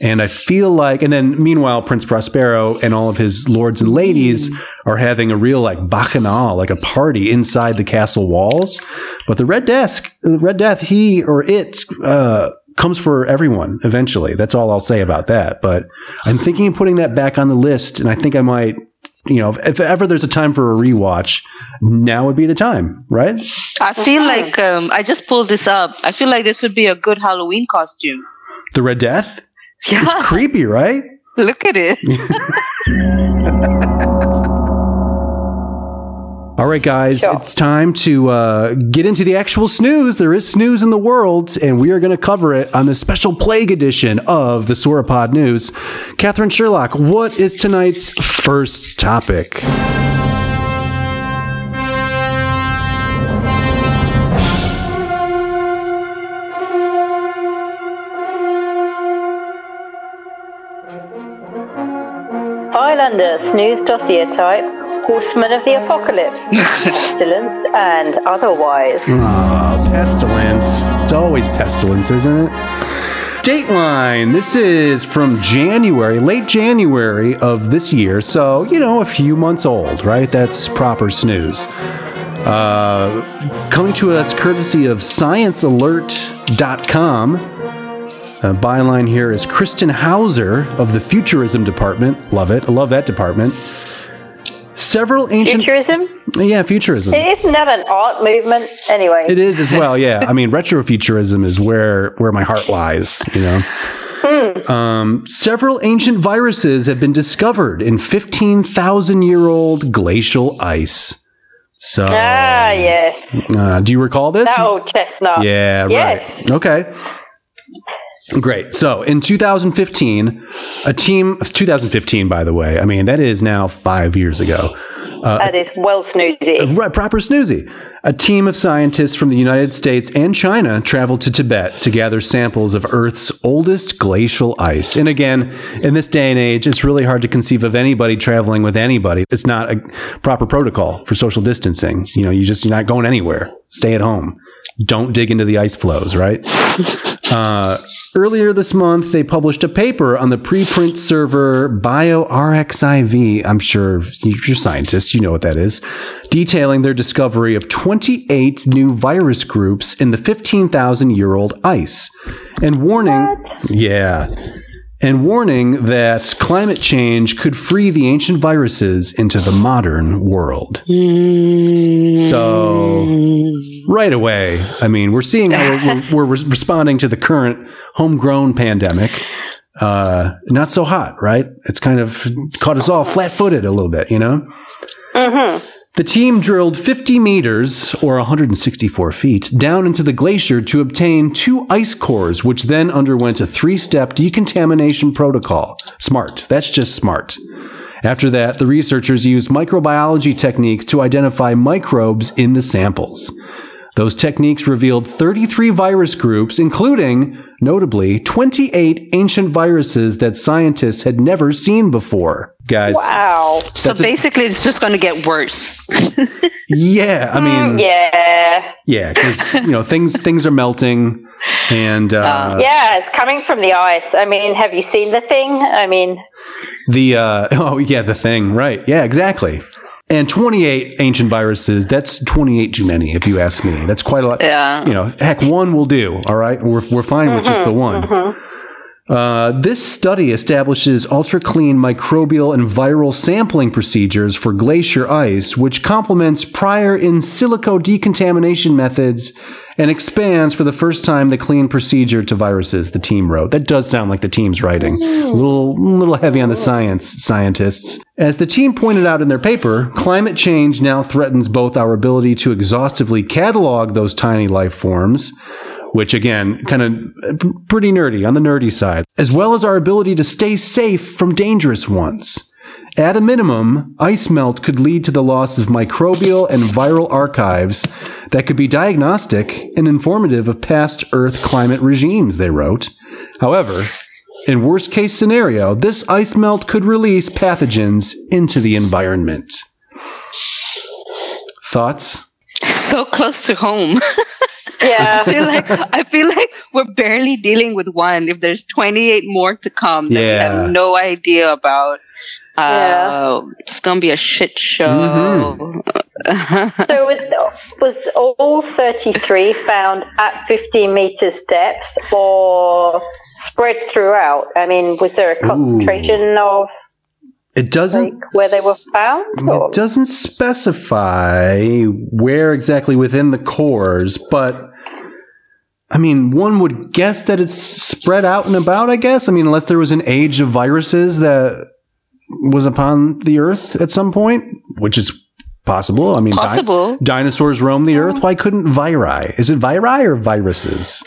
S6: And I feel like, and then meanwhile, Prince Prospero and all of his lords and ladies are having a real like bacchanal, like a party inside the castle walls. But the Red Desk, the Red Death, he or it uh, comes for everyone eventually. That's all I'll say about that. But I'm thinking of putting that back on the list, and I think I might. You know, if, if ever there's a time for a rewatch, now would be the time, right?
S7: I feel
S5: Oh.
S7: like um, I just pulled this up. I feel like this would be a good Halloween costume.
S6: The Red Death.
S7: Yeah,
S6: It's creepy, right?
S7: look at it.
S6: All right, guys,
S5: Sure.
S6: it's time to uh, get into the actual snooze. There is snooze in the world, and we are going to cover it on the special plague edition of the Sauropod News. Catherine Sherlock, what is tonight's first topic?
S5: Highlander, snooze dossier type, horseman of the apocalypse, pestilence, and otherwise.
S6: Ah, pestilence. It's always pestilence, isn't it? Dateline. This is from January, late January of this year. So, you know, a few months old, right? That's proper snooze. Uh, coming to us courtesy of sciencealert.com. Uh, byline here is Kristen Hauser of the Futurism Department. Love it. I love that department. Several ancient.
S5: Futurism?
S6: yeah, Futurism.
S5: Isn't that an art movement? Anyway.
S6: It is as well, yeah. I mean, retrofuturism is where where my heart lies, you know.
S5: Hmm.
S6: Um, several ancient viruses have been discovered in 15,000 year old glacial ice. So,
S5: Ah, yes.
S6: uh, do you recall this?
S5: That old chestnut.
S6: Yeah,
S5: Yes.
S6: right. Okay. Great. So in 2015, a team, 2015, by the way, I mean, that is now five years ago. uh,
S5: That is well snoozy.
S6: Right, proper snoozy. A team of scientists from the United States and China traveled to Tibet to gather samples of Earth's oldest glacial ice. And again, in this day and age, it's really hard to conceive of anybody traveling with anybody. It's not a proper protocol for social distancing. You know, you just you're not going anywhere. Stay at home. Don't dig into the ice flows, right? Uh, earlier this month, they published a paper on the preprint server BioRxiv. I'm sure you're scientists, you know what that is, detailing their discovery of 28 new virus groups in the 15,000 year old ice. And warning, yeah, and warning that climate change could free the ancient viruses into the modern world. So right away, I mean, we're seeing how we're, we're, we're res- responding to the current homegrown pandemic. Uh, not so hot, right? It's kind of caught us all flat-footed a little bit, you know. The team drilled 50 meters, or 164 feet, down into the glacier to obtain two ice cores, which then underwent a three step decontamination protocol. Smart. That's just smart. After that, the researchers used microbiology techniques to identify microbes in the samples. Those techniques revealed 33 virus groups, including, notably, 28 ancient viruses that scientists had never seen before. Guys,
S5: Wow.
S7: so
S6: That's a-
S7: basically, it's just going to get worse.
S6: yeah, I mean,
S5: Yeah.
S6: Yeah, because you know things things are melting, and uh,
S5: Oh, Yeah, it's coming from the ice. I mean, have you seen the thing? I mean,
S6: the uh, oh yeah, the thing right? Yeah, exactly. And twenty eight ancient viruses. That's twenty eight too many, if you ask me. That's quite a lot.
S7: Yeah.
S6: You know, heck, one will do. All right, we're we're fine with just the one. Uh, this study establishes ultra clean microbial and viral sampling procedures for glacier ice, which complements prior in silico decontamination methods and expands for the first time the clean procedure to viruses, the team wrote. That does sound like the team's writing. A little, little heavy on the science, scientists. As the team pointed out in their paper, climate change now threatens both our ability to exhaustively catalog those tiny life forms which again, kind of p- pretty nerdy on the nerdy side, as well as our ability to stay safe from dangerous ones. At a minimum, ice melt could lead to the loss of microbial and viral archives that could be diagnostic and informative of past Earth climate regimes, they wrote. However, in worst case scenario, this ice melt could release pathogens into the environment. Thoughts?
S7: so close to home. I
S5: yeah.
S7: feel like I feel like we're barely dealing with one. If there's 28 more to come that we
S6: Yeah.
S7: have no idea about,
S5: Yeah.
S7: Uh, It's gonna be a shit show.
S6: Mm-hmm.
S5: So with, was all 33 found at 15 meters depth or spread throughout? I mean, was there a concentration of
S6: It doesn't
S5: like where they were found? Or?
S6: It doesn't specify where exactly within the cores, but I mean, one would guess that it's spread out and about, I guess. I mean, unless there was an age of viruses that was upon the earth at some point, which is possible. I mean, di-
S7: Possible.
S6: dinosaurs roamed the earth. Why couldn't viri? Is it viri or viruses?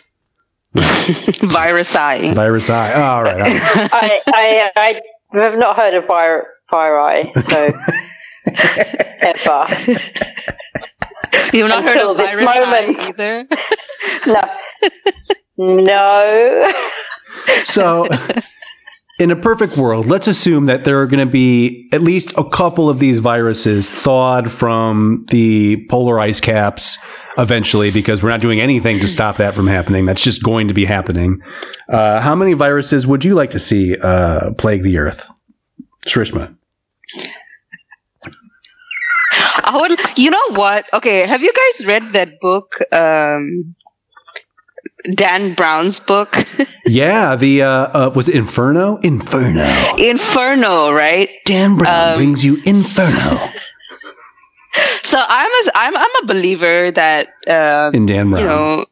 S7: Virus eye.
S6: Virus I. Oh, all right. all right.
S5: I, I, I have not heard of vir- viri, so ever.
S7: You've not
S5: Until
S7: heard of
S5: this
S7: virus eye
S5: moment.
S7: either.
S5: No.
S6: So, in a perfect world, let's assume that there are going to be at least a couple of these viruses thawed from the polar ice caps eventually, because we're not doing anything to stop that from happening. That's just going to be happening. Uh, how many viruses would you like to see uh, plague the Earth, Shrishma?
S7: I would. You know what? Okay, have you guys read that book? Um, Dan Brown's book,
S6: Yeah, the uh, uh, was it Inferno? Inferno.
S7: Inferno, right?
S6: Dan Brown
S7: Um,
S6: brings you Inferno
S7: So I'm a, I'm I'm a believer that uh,
S6: in Dan Brown.
S7: you know,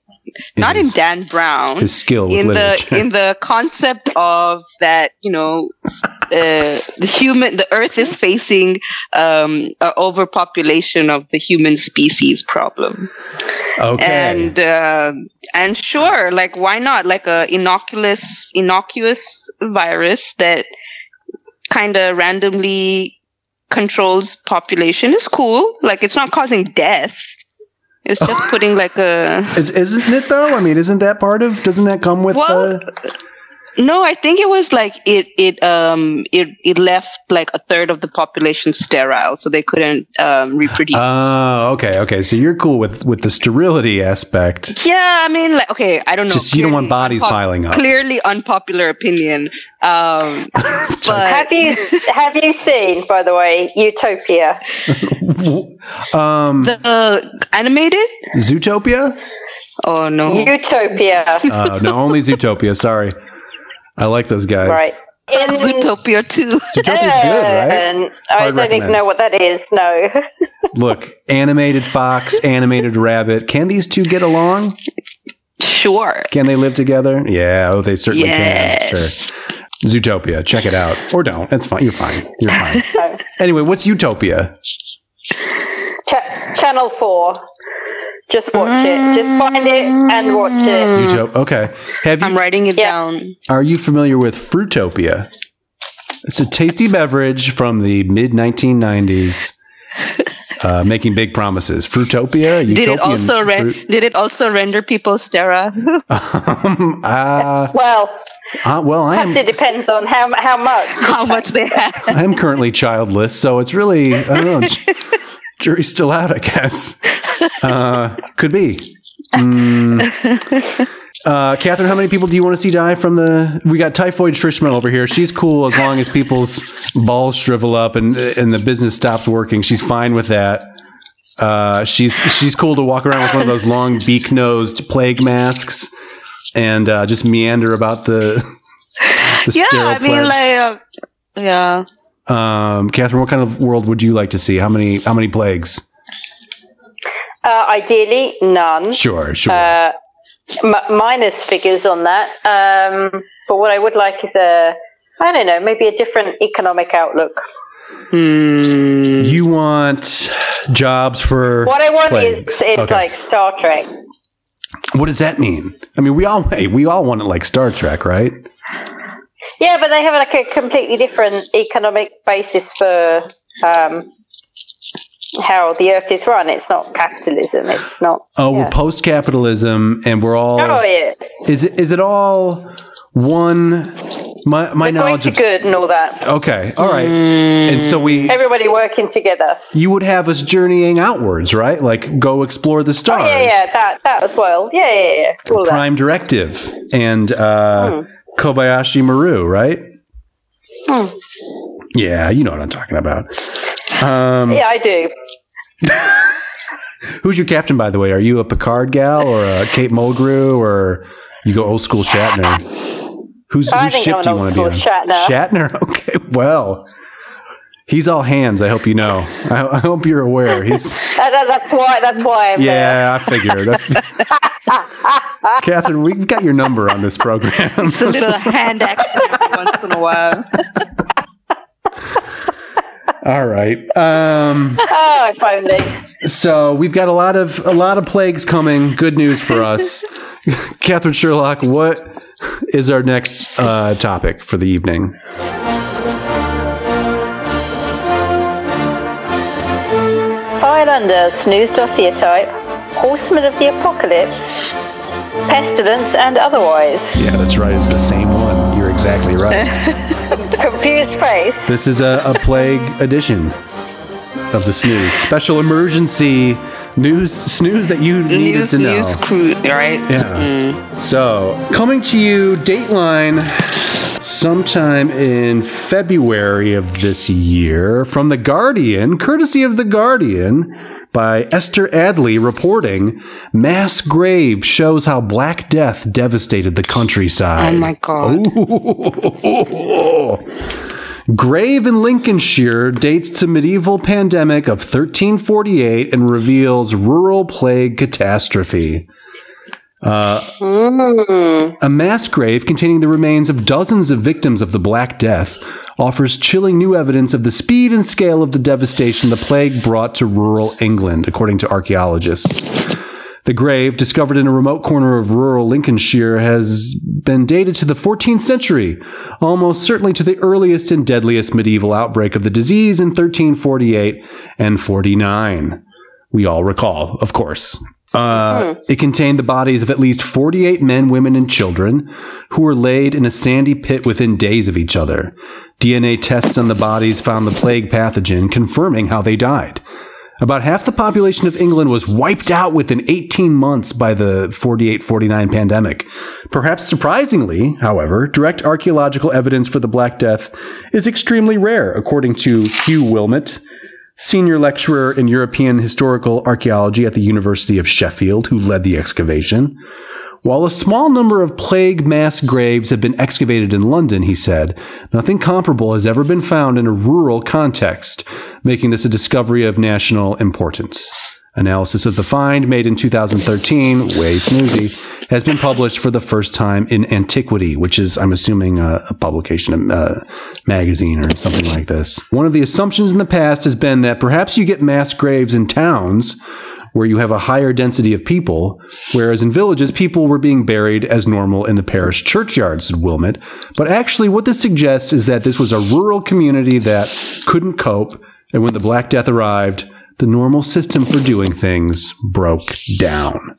S6: in
S7: not
S6: his,
S7: in Dan Brown,
S6: His skill with
S7: in the
S6: literature.
S7: in the concept of that you know uh, the human the earth is facing um a overpopulation of the human species problem
S6: okay.
S7: and um and sure like why not like a innocuous innocuous virus that kind of randomly controls population is cool like it's not causing death it's just putting like a
S6: It's, isn't it though? I mean, isn't that part of? Doesn't that come with
S7: Well-
S6: the?
S7: No, I think it was like it it um it it left like a third of the population sterile, so they couldn't um reproduce.
S6: Oh, okay, okay. So you're cool with with the sterility aspect.
S7: yeah, I mean, like okay, I don't know.
S6: Just you don't want
S7: Clearly
S6: bodies
S7: unpop-
S6: piling up.
S7: Clearly unpopular opinion, um, but
S5: Have you have you seen, by the way, Utopia?
S6: um,
S7: the uh, animated?
S6: Zootopia?
S7: Oh no!
S5: Utopia,
S6: Oh, no, only Zootopia. Sorry, I like those guys.
S5: right? In
S7: Zootopia too.
S6: Zootopia's good, right?
S5: And I
S6: I'd
S5: don't even
S6: recommend.
S5: know what that is. No,
S6: Look, animated fox, animated rabbit. Can these two get along?
S7: Sure.
S6: Can they live together? Yeah, oh, they certainly
S7: Yes.
S6: can. Sure. Zootopia, check it out, or don't. It's fine. You're fine. You're fine.
S5: no.
S6: Anyway, what's Utopia?
S5: Ch- Channel Four. Just watch it. Just find it and watch it.
S6: Utopia. Okay. Have you
S7: Hmm. I'm writing it
S5: Yeah.
S7: down.
S6: Are you familiar with Fruitopia? It's a tasty beverage from the mid 1990s, uh, making big promises. Fruitopia. Utopian
S7: Did it also ren-
S6: fruit-
S7: did it also render people sterile?
S6: um, uh,
S5: Well,
S6: uh, well, I
S5: perhaps it
S6: am.
S5: depends on how how much.
S7: How much they had?
S6: I am currently childless, so it's really I don't know. j- Jury's still out, I guess. Uh, could be. Mm. Uh, Catherine, how many people do you want to see die from the? We got typhoid Trishman over here. She's cool as long as people's balls shrivel up and and the business stops working. She's fine with that. Uh, she's she's cool to walk around with one of those long beak nosed plague masks and uh, just meander about the. the
S7: Yeah,
S6: sterile
S7: I mean,
S6: plebs.
S7: like uh, yeah.
S6: Um, Catherine, what kind of world would you like to see? How many? How many plagues?
S5: Uh, ideally, none.
S6: Sure, sure.
S5: Uh, m- minus figures on that. Um, but what I would like is a, I don't know, maybe a different economic outlook.
S7: Hmm.
S6: you want jobs for
S5: What I want
S6: plagues.
S5: is it's
S6: Okay.
S5: like Star Trek.
S6: What does that mean? I mean, we all hey, we all want it like Star Trek, right?
S5: Yeah, but they have like a completely different economic basis for um, how the Earth is run. It's not capitalism. It's not.
S6: Oh,
S5: yeah.
S6: we're post-capitalism, and we're all.
S5: Oh, yeah.
S6: Is it is it all one? My my
S5: Going
S6: knowledge
S5: to
S6: of
S5: good Mm. and all that.
S6: okay, all right. And so we
S5: Everybody working together.
S6: you would have us journeying outwards, right? Like go explore the stars.
S5: Oh, Yeah, yeah, that that as well. Yeah, yeah, yeah. All that.
S6: Prime Directive
S5: Hmm. Hmm.
S6: and uh, Kobayashi Maru, right? Yeah, you know what I'm talking about. Um,
S5: Yeah, I do.
S6: Who's your captain, by the way? Are you a Picard gal or a Kate Mulgrew or you go old school Shatner? Who's,
S5: I
S6: whose
S5: think
S6: ship
S5: I'm
S6: do you
S5: an
S6: want to
S5: old
S6: be on?
S5: school Shatner.
S6: Shatner. Okay. Well, he's all hands. I hope you know. I, I hope you're aware. He's
S5: That- that- that's why. That's why I'm there.
S6: yeah. I figured. Catherine, we've got your number on this program.
S7: It's a little hand action every once in a while.
S6: all right. Um,
S5: Oh, if only.
S6: So we've got a lot of a lot of plagues coming. Good news for us, Catherine Sherlock. What is our next uh, topic for the evening?
S5: File under snooze dossier type, horsemen of the apocalypse, pestilence and otherwise.
S6: Yeah, that's right. It's the same one. You're exactly right.
S5: Confused face.
S6: this is a, a plague edition of the snooze special emergency news snooze that you needed
S7: News,
S6: to know.
S7: news crew, right?
S6: Yeah. So, coming to you, Dateline, sometime in February of this year, from The Guardian, courtesy of The Guardian, by Esther Adley reporting Mass grave shows how Black Death devastated the countryside.
S7: Oh my god.
S6: Grave in Lincolnshire dates to medieval pandemic of 1348 and reveals rural plague catastrophe. Uh, a mass grave containing the remains of dozens of victims of the Black Death offers chilling new evidence of the speed and scale of the devastation the plague brought to rural England, according to archaeologists. The grave, discovered in a remote corner of rural Lincolnshire, has been dated to the 14th century, almost certainly to the earliest and deadliest medieval outbreak of the disease in 1348 and 49. We all recall, of course. Uh, It contained the bodies of at least 48 men, women, and children who were laid in a sandy pit within days of each other. DNA tests on the bodies found the plague pathogen, confirming how they died. About half the population of England was wiped out within 18 months by the 48 49 pandemic. Perhaps surprisingly, however, direct archaeological evidence for the Black Death is extremely rare, according to Hugh Wilmot, senior lecturer in European historical archaeology at the University of Sheffield, who led the excavation. While a small number of plague mass graves have been excavated in London, he said, nothing comparable has ever been found in a rural context, making this a discovery of national importance. Analysis of the find made in 2013, way snoozy, has been published for the first time in Antiquity, which is, I'm assuming, a, a publication, a magazine or something like this. One of the assumptions in the past has been that perhaps you get mass graves in towns where you have a higher density of people, whereas in villages, people were being buried as normal in the parish churchyard, said Wilmot. But actually, what this suggests is that this was a rural community that couldn't cope, and when the Black Death arrived, the normal system for doing things broke down.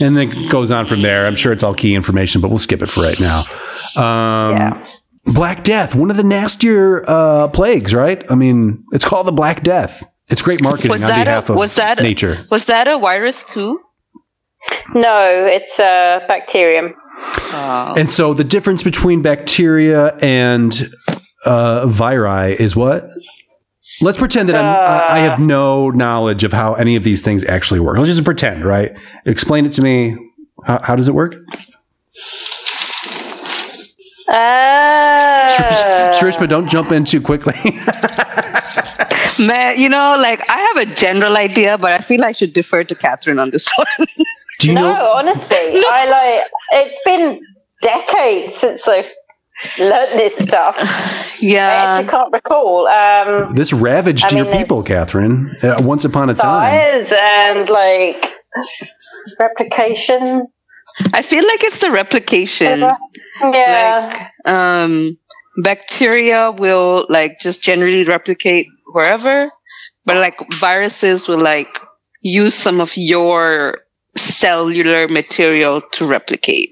S6: And then it goes on from there. I'm sure it's all key information, but we'll skip it for right now. Um,
S5: Yeah.
S6: Black Death, one of the nastier uh, plagues, right? I mean, it's called the Black Death. It's great marketing
S7: Was
S6: on
S7: that a-
S6: behalf of
S7: was that a-
S6: nature.
S7: Was that a virus too?
S5: No, it's a bacterium.
S7: Oh.
S6: And so the difference between bacteria and uh, viri is what? Let's pretend that I'm, I I have no knowledge of how any of these things actually work. Let's just pretend, right? Explain it to me. How, how does it work?
S5: Ah.
S6: Shrishma, don't jump in too quickly.
S7: Man, you know, like I have a general idea, but I feel I should defer to Catherine on this one.
S6: Do you
S5: no,
S6: know?
S5: honestly, I like. It's been decades since I've learned this stuff. I
S6: Uh,
S5: actually
S7: yeah.
S5: can't recall. Um,
S6: This ravaged
S5: I mean,
S6: your people,
S5: there's-
S6: Catherine, uh, once upon a time.
S5: size and like replication.
S7: I feel like it's the replication.
S5: Yeah.
S7: um, bacteria will like just generally replicate wherever, but like viruses will like use some of your cellular material to replicate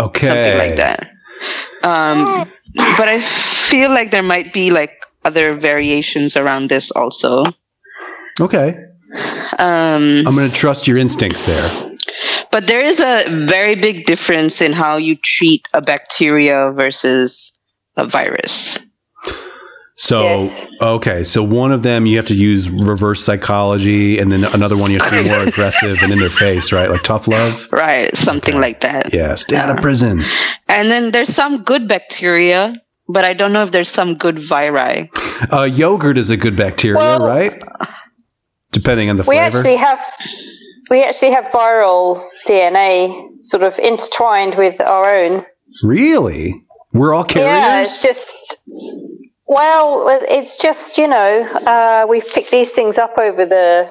S6: Okay.
S7: something like that. Um, but I feel like there might be like other variations around this also.
S6: Okay.
S7: Um,
S6: I'm going to trust your instincts there.
S7: But there is a very big difference in how you treat a bacteria versus a virus.
S6: So
S5: Yes.
S6: okay, so one of them you have to use reverse psychology, and then another one you have to be more aggressive and in their face, right? Like tough love.
S7: right? Something like that.
S6: Yeah, stay out of prison.
S7: And then there's some good bacteria, but I don't know if there's some good viri.
S6: Uh, yogurt is a good bacteria,
S5: Well-
S6: right? Depending on the
S5: We
S6: flavor.
S5: actually have we actually have viral DNA sort of intertwined with our own.
S6: really, we're all carriers.
S5: Yeah, it's just well, it's just you know uh, we've picked these things up over the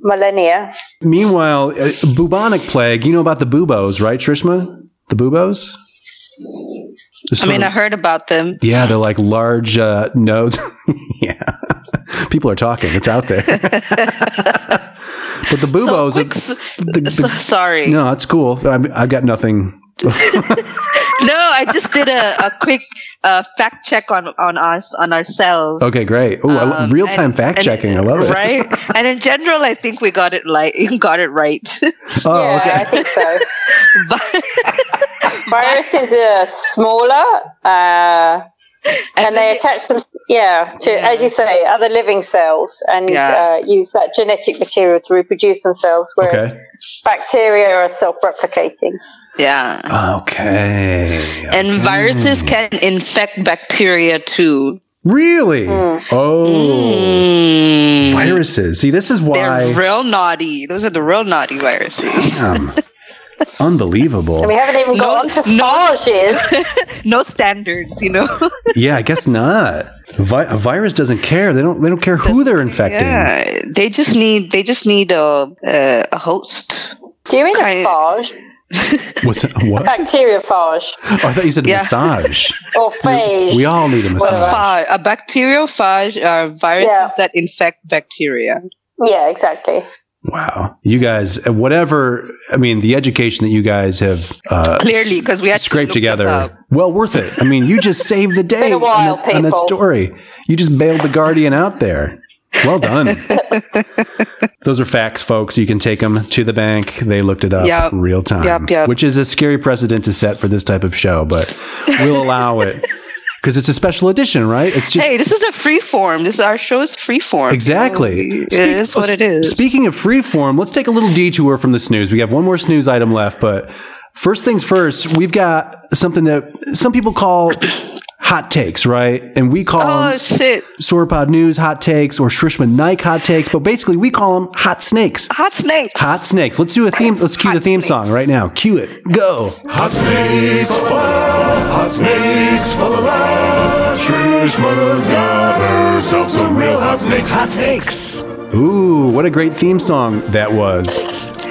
S5: millennia.
S6: Meanwhile, uh, bubonic plague. You know about the buboes, right, Trishma? The buboes. The
S7: I
S6: sort
S7: mean,
S6: of-
S7: I heard about them.
S6: Yeah, they're like large uh, nodes. yeah, people are talking. It's out there. but the
S7: So
S6: buboes.
S7: quick,
S6: are,
S7: s-
S6: the- the-
S7: so, sorry. No.
S6: no, it's cool. I'm, I've got nothing.
S7: I just did a, a quick uh, fact check on on us on ourselves.
S6: Okay, great. Oh,
S7: Um,
S6: real time
S7: and-
S6: fact
S7: and-
S6: checking. I love it.
S7: Right, and in general, I think we got it like got it right.
S6: Oh,
S5: yeah,
S6: okay.
S5: I think so.
S7: but,
S5: Viruses are smaller. Uh, and they
S7: then-
S5: attach them, yeah, to as you say, other living cells, and
S7: Yeah.
S5: uh, use that genetic material to reproduce themselves. Whereas
S6: Okay.
S5: bacteria are self-replicating.
S7: yeah,
S6: Okay.
S7: and viruses can infect bacteria too.
S6: Really? Oh,
S7: Mm.
S6: viruses. See, this is
S7: They're
S6: why.
S7: real naughty. Those are the real naughty viruses.
S6: Um, unbelievable.
S5: And we haven't even got
S7: No-
S5: onto
S7: no.
S5: phages.
S7: no standards, you know.
S6: yeah, I guess not. Vi- a virus doesn't care. They don't. They don't care who they're infecting.
S7: yeah, they just need they just need a uh, a host.
S5: Do you mean
S7: Kind-
S5: a phage?
S6: What's what?
S5: Bacteriophage
S6: Oh, I thought you said
S7: Yeah.
S6: massage.
S5: or phage?
S6: We all need a massage.
S7: Phage, a bacteriophage are viruses
S5: Yeah.
S7: that infect bacteria.
S5: yeah, exactly.
S6: Wow, you guys, uh, whatever. I mean, the education that you guys have uh,
S7: Clearly, because we had to
S6: scraped
S7: look this up.
S6: together, well worth it. I mean, you just saved the day
S5: been a while,
S6: on, that, on that
S5: people.
S6: story. You just bailed the guardian out there. Well done. Those are facts, folks. You can take them to the bank. They looked it up
S7: Yep.
S6: real time,
S7: Yep, yep.
S6: which is a scary precedent to set for this type of show, but we'll allow it because it's a special edition, right? It's just
S7: Hey, this is a free form. This our show is free form.
S6: Exactly.
S7: It is what it is.
S6: Speaking of freeform, let's take a little detour from the snooze. We have one more snooze item left, but first things first, we've got something that some people call hot takes, right? And we call
S7: Oh
S6: them
S7: shit!
S6: Sauropod News hot takes or Shrishman Nike hot takes, but basically we call them hot snakes.
S7: Hot snakes.
S6: Hot snakes. Let's do a theme. Let's cue the theme song right now. Cue it. Go.
S4: Hot snakes for love, hot snakes for love. Shrewsmother's got herself some real hot snakes. Hot snakes!
S6: Ooh, what a great theme song that was.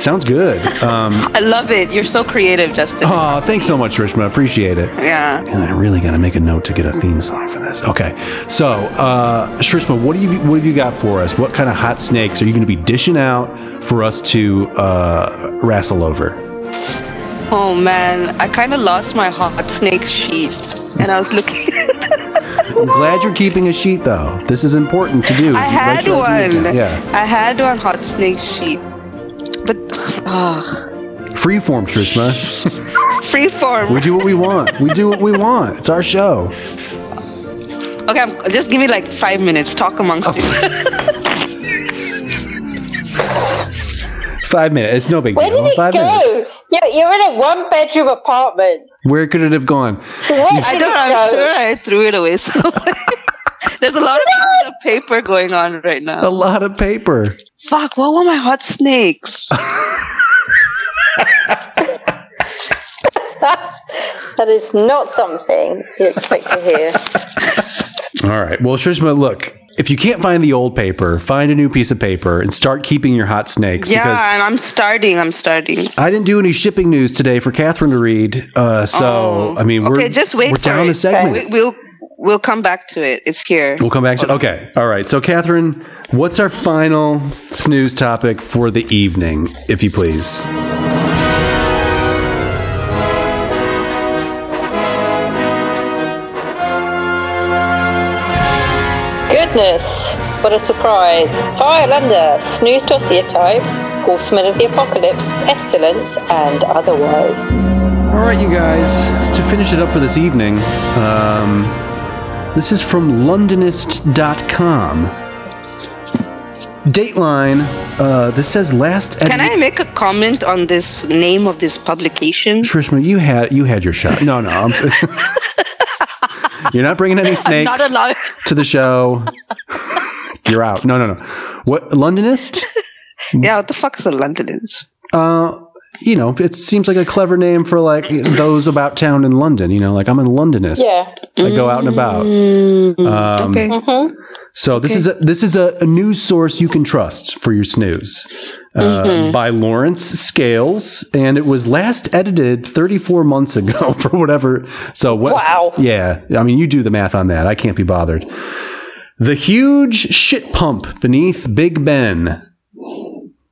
S6: Sounds good. Um,
S7: I love it. You're so creative, Justin.
S6: oh, thanks so much, Shrishma. Appreciate it.
S7: Yeah.
S6: And I really got to make a note to get a theme song for this. Okay, so uh, Shrishma, what do you what have you got for us? What kind of hot snakes are you going to be dishing out for us to uh, wrestle over?
S7: Oh man, I kind of lost my hot snake sheet, and I was looking.
S6: I'm glad you're keeping a sheet though. This is important to do.
S7: I
S6: Make
S7: had
S6: sure I do it
S7: one.
S6: again. Yeah,
S7: I had one hot snake sheet, but ah,
S6: freeform, Shrishma.
S7: free form.
S6: We do what we want. We do what we want. It's our show.
S7: okay, I'm, just give me like five minutes. Talk amongst you.
S6: Five minutes. It's no big
S5: Where
S6: deal.
S5: did it
S6: Five minutes.
S5: go? You're, you're in a one-bedroom apartment.
S6: Where could it have gone?
S5: Where
S7: I
S5: did
S7: don't.
S5: it
S7: I'm
S5: go?
S7: sure I threw it away. So there's a lot of pieces of paper going on right now.
S6: A lot of paper.
S7: Fuck, what were my hot snakes?
S5: that is not something you expect to hear.
S6: All right. Well, Shrishma, look, if you can't find the old paper, find a new piece of paper and start keeping your hot snakes
S7: yeah,
S6: because
S7: I'm, I'm starting. I'm starting.
S6: I didn't do any shipping news today for Catherine to read. Uh, so,
S7: Oh.
S6: I mean, we're,
S7: Okay, just wait
S6: we're
S7: for
S6: down
S7: it.
S6: a segment.
S7: We, we'll we'll come back to it. It's here.
S6: We'll come back to Okay. All right. So, Catherine, what's our final snooze topic for the evening, if you please?
S5: Goodness, what a surprise. Highlander, snooze dossier type, horsemen of the apocalypse, pestilence, and otherwise.
S6: All right, you guys, to finish it up for this evening, um, This is from Londonist.com. Dateline. Uh, this says last.
S7: Can I make a comment on this name of this publication?
S6: Trishma, you had you had your shot. No, no, I'm, you're not bringing any
S7: I'm
S6: snakes
S7: not allowed.
S6: to the show. you're out. No, no, no. What Londonist?
S7: Yeah, what the fuck's a Londonist?
S6: Uh, you know, it seems like a clever name for like those about town in London. You know, like I'm a Londonist.
S5: Yeah.
S6: I go out and about. Um,
S7: okay.
S5: Mm-hmm.
S6: So this is a this is a, a news source you can trust for your snooze uh, by Lawrence Scales, and it was last edited 34 months ago for whatever. So what?
S5: Wow.
S6: Yeah, I mean, you do the math on that. I can't be bothered. The huge shit pump beneath Big Ben.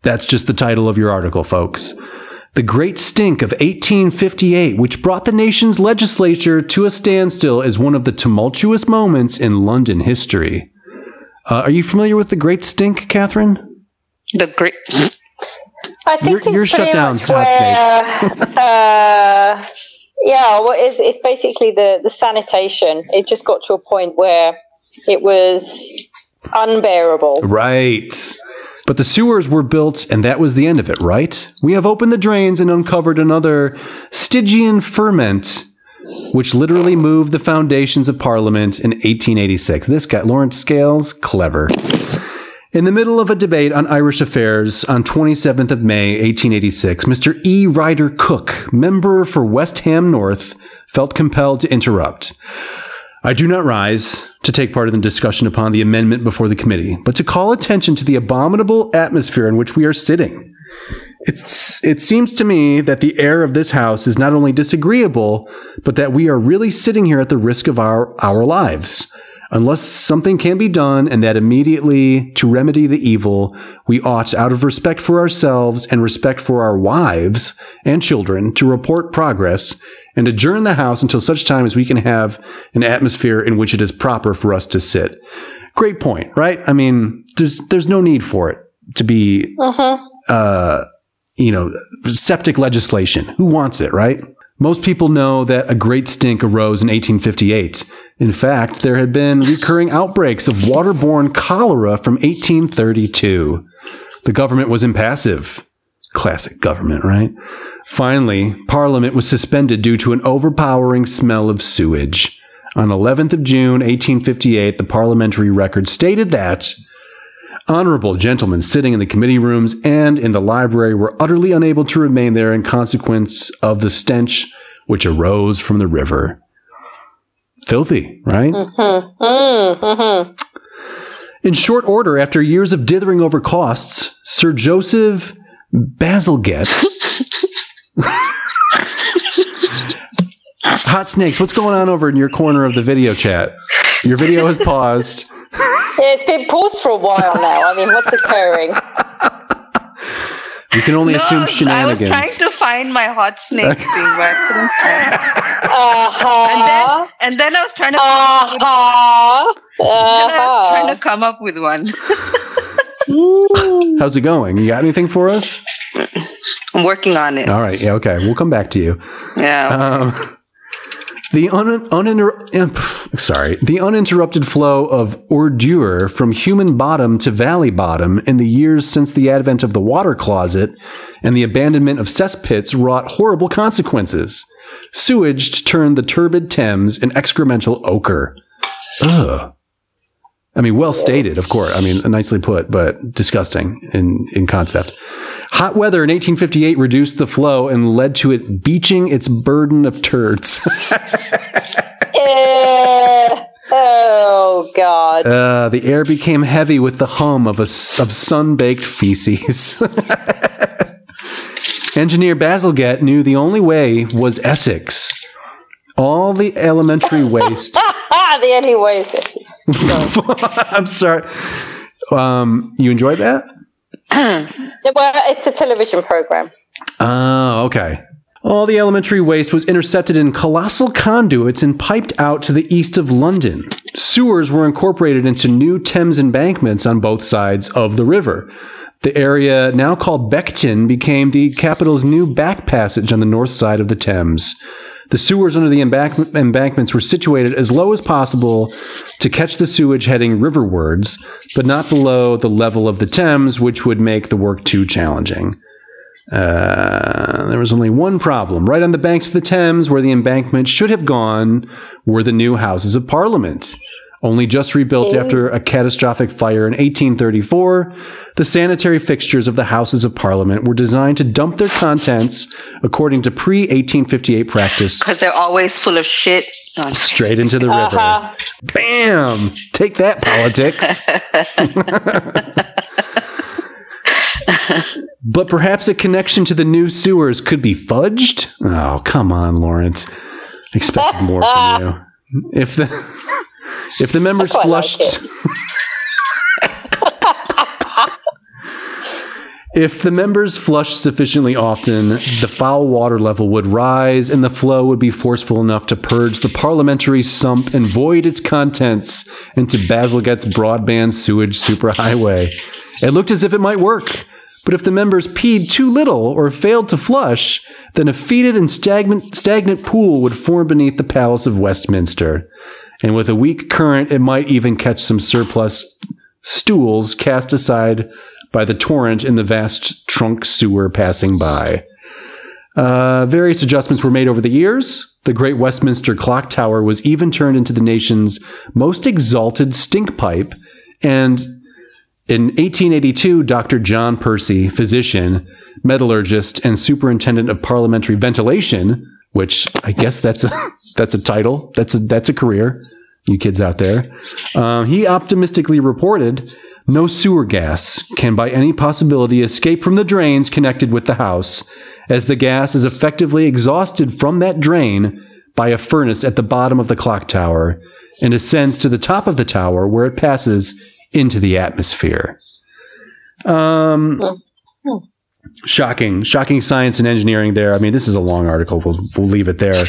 S6: That's just the title of your article, folks. The Great Stink of 1858, which brought the nation's legislature to a standstill, is one of the tumultuous moments in London history. Uh, are you familiar with the Great Stink, Catherine?
S7: The great.
S5: I think
S6: You're-
S5: it's
S6: you're shut
S5: pretty
S6: down,
S5: much
S6: hot
S5: where, uh, yeah, well, it's, it's basically the, the sanitation. It just got to a point where it was unbearable.
S6: Right. But the sewers were built, and that was the end of it, right? We have opened the drains and uncovered another Stygian ferment, which literally moved the foundations of Parliament in 1886. This guy, Lawrence Scales, clever. In the middle of a debate on Irish affairs on 27th of May 1886, Mr. E. Ryder Cook, member for West Ham North, felt compelled to interrupt. I do not rise to take part in the discussion upon the amendment before the committee, but to call attention to the abominable atmosphere in which we are sitting. It's, it seems to me that the air of this house is not only disagreeable, but that we are really sitting here at the risk of our, our lives. Unless something can be done, and that immediately to remedy the evil, we ought, out of respect for ourselves and respect for our wives and children, to report progress and adjourn the House until such time as we can have an atmosphere in which it is proper for us to sit. Great point, right? I mean, there's there's no need for it to be, uh, you know, septic legislation. Who wants it, right? Most people know that a great stink arose in 1858. In fact, there had been recurring outbreaks of waterborne cholera from 1832. The government was impassive. Classic government, right? Finally, Parliament was suspended due to an overpowering smell of sewage. On 11th of June, 1858, the parliamentary record stated that honorable gentlemen sitting in the committee rooms and in the library were utterly unable to remain there in consequence of the stench which arose from the river. Filthy, right? Oh.
S5: Mm, mhm.
S6: In short order, after years of dithering over costs, Sir Joseph Bazalgette. Hot snakes, what's going on over in your corner of the video chat? Your video has paused.
S5: Yeah, It's been paused for a while now. I mean, what's occurring?
S6: You can only assume
S7: I was
S6: shenanigans.
S7: trying to find my hot snake thing, but I couldn't find it.
S5: Uh-huh.
S7: Then- And then I was trying to.
S5: Uh-huh.
S7: then I was trying
S5: Uh-huh.
S7: to come up with one.
S6: How's it going? You got anything for us?
S7: I'm working on it.
S6: All right. Yeah. Okay. We'll come back to you.
S7: Yeah.
S6: Um, the un, uninter- eh, pff, sorry, the uninterrupted flow of ordure from human bottom to valley bottom in the years since the advent of the water closet and the abandonment of cesspits wrought horrible consequences. Sewage turned the turbid Thames in excremental ochre. Ugh. I mean, well stated, of course. I mean, nicely put, but disgusting in, in concept. Hot weather in 1858 reduced the flow and led to it beaching its burden of turds.
S5: Eh, Oh, God.
S6: Uh, the air became heavy with the hum of, a, s- of sun-baked feces. Engineer Bazalgette knew the only way was Essex. All the elementary waste
S5: the anyways.
S6: I'm sorry. Um, you enjoyed that?
S5: Well, it's a television program.
S6: Oh, okay. All the elementary waste was intercepted in colossal conduits and piped out to the east of London. Sewers were incorporated into new Thames embankments on both sides of the river. The area now called Beckton became the capital's new back passage on the north side of the Thames. The sewers under the embank- embankments were situated as low as possible to catch the sewage heading riverwards, but not below the level of the Thames, which would make the work too challenging. Uh, there was only one problem. Right on the banks of the Thames, where the embankment should have gone, were the new Houses of Parliament. Only just rebuilt after a catastrophic fire in 1834, the sanitary fixtures of the Houses of Parliament were designed to dump their contents according to pre 1858 practice
S7: because they're always full of shit. No, I'm just-
S6: straight into the
S5: Uh-huh.
S6: river. Bam! Take that, politics. but perhaps a connection to the new sewers could be fudged? Oh, come on, Lawrence. Expected more from you. If the if the members
S5: Oh, I like
S6: flushed If the members flushed sufficiently often, the foul water level would rise and the flow would be forceful enough to purge the parliamentary sump and void its contents into Bazalgette's broadband sewage superhighway. It looked as if it might work, but if the members peed too little or failed to flush, then a fetid and stagnant, stagnant pool would form beneath the Palace of Westminster. And with a weak current, it might even catch some surplus stools cast aside by the torrent in the vast trunk sewer passing by. Uh, various adjustments were made over the years. The Great Westminster Clock Tower was even turned into the nation's most exalted stink pipe. And in 1882, Dr. John Percy, physician, metallurgist, and superintendent of parliamentary ventilation, which I guess that's a, that's a title, that's a, that's a career, you kids out there, um, he optimistically reported no sewer gas can by any possibility escape from the drains connected with the house, as the gas is effectively exhausted from that drain by a furnace at the bottom of the clock tower and ascends to the top of the tower where it passes into the atmosphere. Um, shocking, shocking science and engineering there. I mean, this is a long article. We'll, we'll leave it there.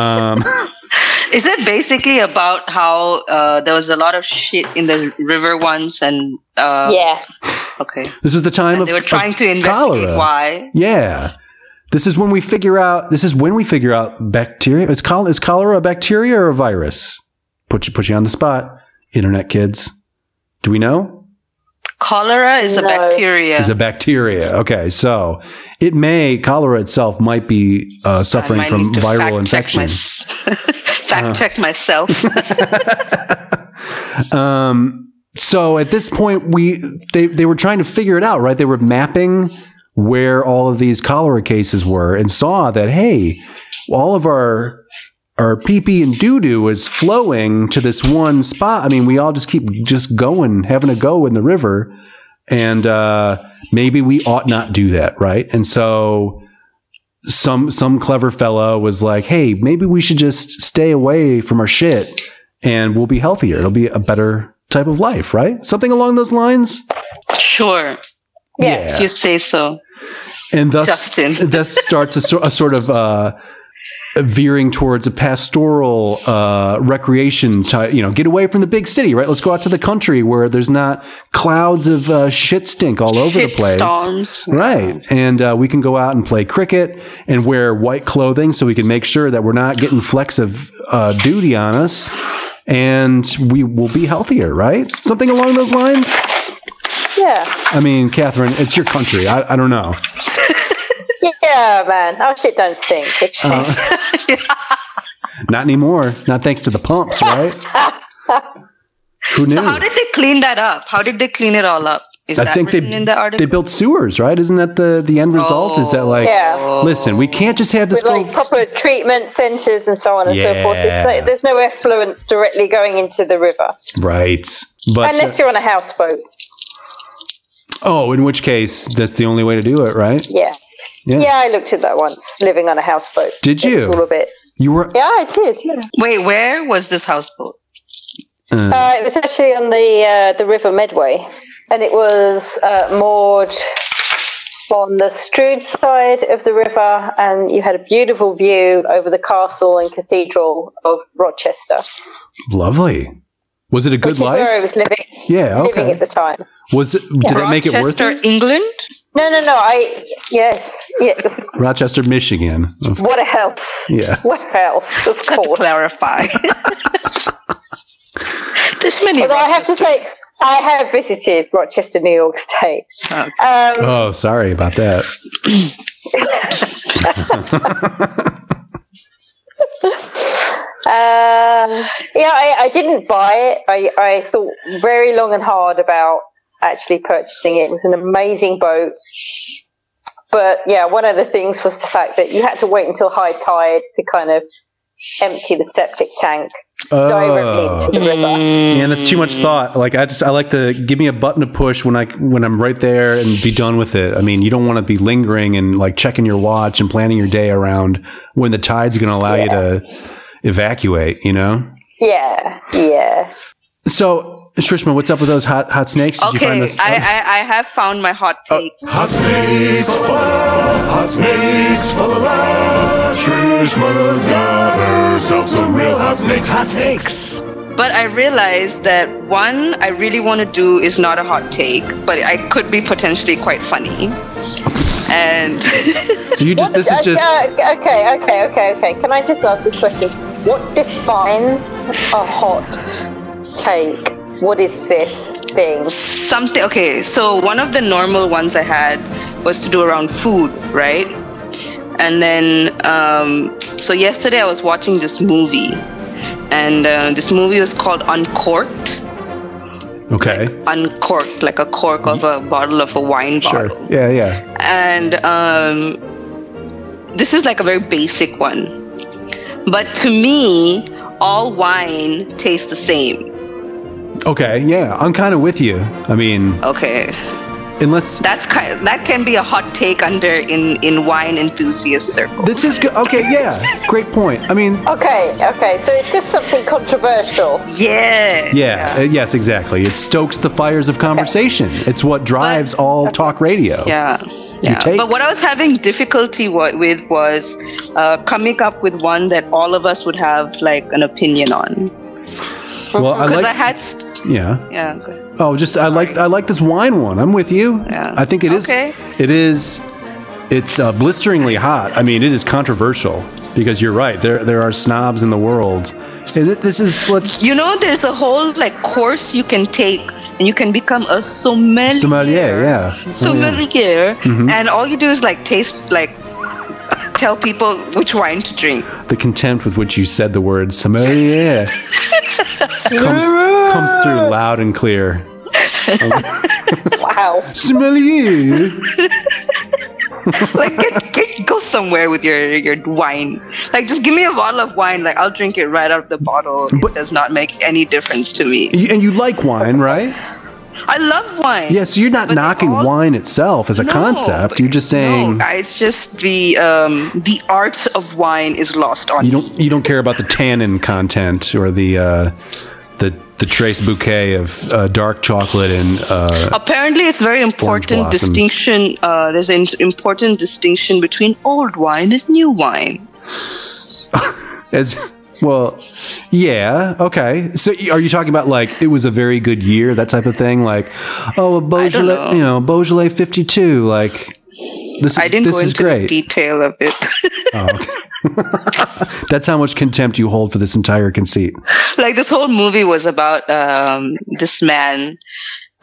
S6: Um,
S7: Is it basically about how uh, there was a lot of shit in the river once and uh,
S5: yeah.
S7: okay,
S6: this was the time
S7: and
S6: of
S7: they were
S6: of
S7: trying to investigate
S6: cholera.
S7: why.
S6: Yeah. This is when we figure out. This is when we figure out bacteria. Is, chol- is cholera a bacteria or a virus? Put you put you on the spot, internet kids. Do we know?
S7: Cholera is a
S5: No.
S7: bacteria.
S6: Is a bacteria. Okay, so it may cholera itself might be uh,
S7: I
S6: suffering
S7: might
S6: from
S7: need to
S6: viral
S7: fact check
S6: infection. Uh-huh.
S7: my- fact check myself.
S6: um, so at this point, we they they were trying to figure it out, right? They were mapping where all of these cholera cases were and saw that hey, all of our our pee pee and doo doo is flowing to this one spot. I mean, we all just keep just going, having a go in the river, and uh, maybe we ought not do that, right? And so some some clever fellow was like, hey, maybe we should just stay away from our shit and we'll be healthier. It'll be a better type of life, right? Something along those lines.
S7: sure, if you say so.
S6: And thus,
S7: Justin.
S6: thus starts a, sor- a sort of uh, veering towards a pastoral uh, recreation type. You know, get away from the big city, right? Let's go out to the country where there's not clouds of uh, shit stink all over the
S7: Shit
S6: place.
S7: Storms.
S6: Right. And uh, we can go out and play cricket and wear white clothing so we can make sure that we're not getting flecks of uh, duty on us and we will be healthier, right? Something along those lines?
S5: Yeah.
S6: I mean, Catherine, it's your country. I, I don't know.
S5: Yeah, man. Our shit don't stink. It's
S6: Uh-huh.
S5: just
S6: Not anymore. Not thanks to the pumps, right? Who knew?
S7: So how did they clean that up? How did they clean it all up? Is
S6: I
S7: that
S6: think they,
S7: written in the article?
S6: they built sewers, right? Isn't that the, the end result? Is that like,
S7: Oh.
S5: Yeah.
S6: listen, we can't just have this
S5: with like
S6: little-
S5: proper treatment centres and so on and so forth. It's
S6: Yeah.
S5: like, there's no effluent directly going into the river.
S6: right. But uh,
S5: Unless you're on a houseboat.
S6: oh, in which case, that's the only way to do it, right?
S5: Yeah.
S6: Yeah.
S5: yeah. I looked at that once, living on a houseboat. It
S6: Did
S5: was
S6: you?
S5: All of it.
S6: You were
S5: Yeah, I did. Yeah.
S7: Wait, where was this houseboat?
S5: Uh, it was actually on the uh, the River Medway, and it was uh, moored on the Strood side of the river, and you had a beautiful view over the castle and cathedral of Rochester,
S6: Lovely. Was it a good
S5: which is where I
S6: life?
S5: was living
S6: Yeah.
S5: living at
S6: Okay.
S5: the time.
S6: Was it? Did that make it worth
S7: Rochester,
S6: it?
S7: England?
S5: No, no, no. I yes, yeah.
S6: Rochester, Michigan. Of-
S5: What else?
S6: Yeah.
S5: What else? Of course.
S7: Clarify. There's many.
S5: Although I have to
S7: Rochester-
S5: say, I have visited Rochester, New York State.
S7: Okay.
S5: Um,
S6: Oh, sorry about that.
S5: uh, yeah, I, I didn't buy it. I, I thought very long and hard about actually purchasing it. It was an amazing boat. But yeah, one of the things was the fact that you had to wait until high tide to kind of empty the septic tank directly
S6: Oh.
S5: into the river.
S6: Yeah, that's too much thought. Like I just I like to give me a button to push when I when I'm right there and be done with it. I mean, you don't want to be lingering and like checking your watch and planning your day around when the tide's going to allow you to evacuate. You know.
S5: Yeah, yeah.
S6: So Shrishma, what's up with those hot hot snakes? Did you
S7: Okay,
S6: find this? Oh.
S7: I, I I have found my hot takes.
S4: Hot snakes full of love, hot snakes full of love. Shrishma's got herself some real hot snakes. Hot snakes.
S7: But I realized that one I really want to do is not a hot take, but I could be potentially quite funny. And
S6: so you just this is
S5: Uh,
S6: just
S5: uh, okay, okay, okay, okay. Can I just ask a question? What defines a hot take? What is this thing?
S7: something, okay, so one of the normal ones I had was to do around food, right? And then, um, so yesterday I was watching this movie, and uh, this movie was called Uncorked.
S6: okay.
S7: Uncorked, like a cork of a bottle of a wine
S6: Sure.
S7: bottle.
S6: Yeah. Yeah.
S7: and um, this is like a very basic one. But to me, all wine tastes the same.
S6: Okay. Yeah. I'm kind of with you. I mean,
S7: Okay,
S6: unless
S7: that's ki that can be a hot take under in in wine enthusiast circles.
S6: this is good. Okay. Yeah. Great point. I mean,
S5: Okay, okay. So it's just something controversial.
S7: Yeah.
S6: Yeah, uh, yes, exactly. It stokes the fires of conversation. It's what drives all talk radio.
S7: Yeah. Yeah.
S6: takes.
S7: But what I was having difficulty wa- with was uh, coming up with one that all of us would have like an opinion on.
S6: Well, I
S7: Because
S6: like
S7: I had, st-
S6: yeah.
S7: yeah, go-
S6: Oh, just I like I like this wine one. I'm with you.
S7: Yeah.
S6: I think it is
S7: Okay.
S6: it is it's uh, blisteringly hot. I mean, it is controversial because you're right. There there are snobs in the world. And it, this is let's
S7: You know, there's a whole like course you can take, and you can become a sommelier.
S6: Sommelier, yeah. Mm-hmm. Oh, yeah.
S7: Sommelier, and all you do is like taste, like tell people which wine to drink.
S6: the contempt with which you said the word sommelier comes, comes through loud and clear.
S5: Wow.
S6: Sommelier.
S7: Like, get, get, go somewhere with your your wine. Like, just give me a bottle of wine. Like, I'll drink it right out of the bottle.
S6: But-
S7: it does not make any difference to me.
S6: You- and you like wine, right?
S7: I love wine.
S6: Yeah, so you're not
S7: But they
S6: knocking
S7: all-
S6: wine itself as a
S7: No,
S6: concept.
S7: but-
S6: You're just saying
S7: No, I- it's just the um, the art of wine is lost on
S6: you don't you don't care about the tannin content or the uh, the the trace bouquet of uh, dark chocolate and uh,
S7: Apparently, it's very important
S6: blossoms.
S7: distinction. Uh, there's an important distinction between old wine and new wine.
S6: as well. Yeah, okay. So y- are you talking about like it was a very good year, that type of thing? Like, oh, a Beaujolais,
S7: know.
S6: you know, Beaujolais 52. Like this is
S7: I didn't
S6: this
S7: go
S6: is
S7: into the
S6: great.
S7: detail of it.
S6: Oh, okay. That's how much contempt you hold for this entire conceit.
S7: like this whole movie was about um, this man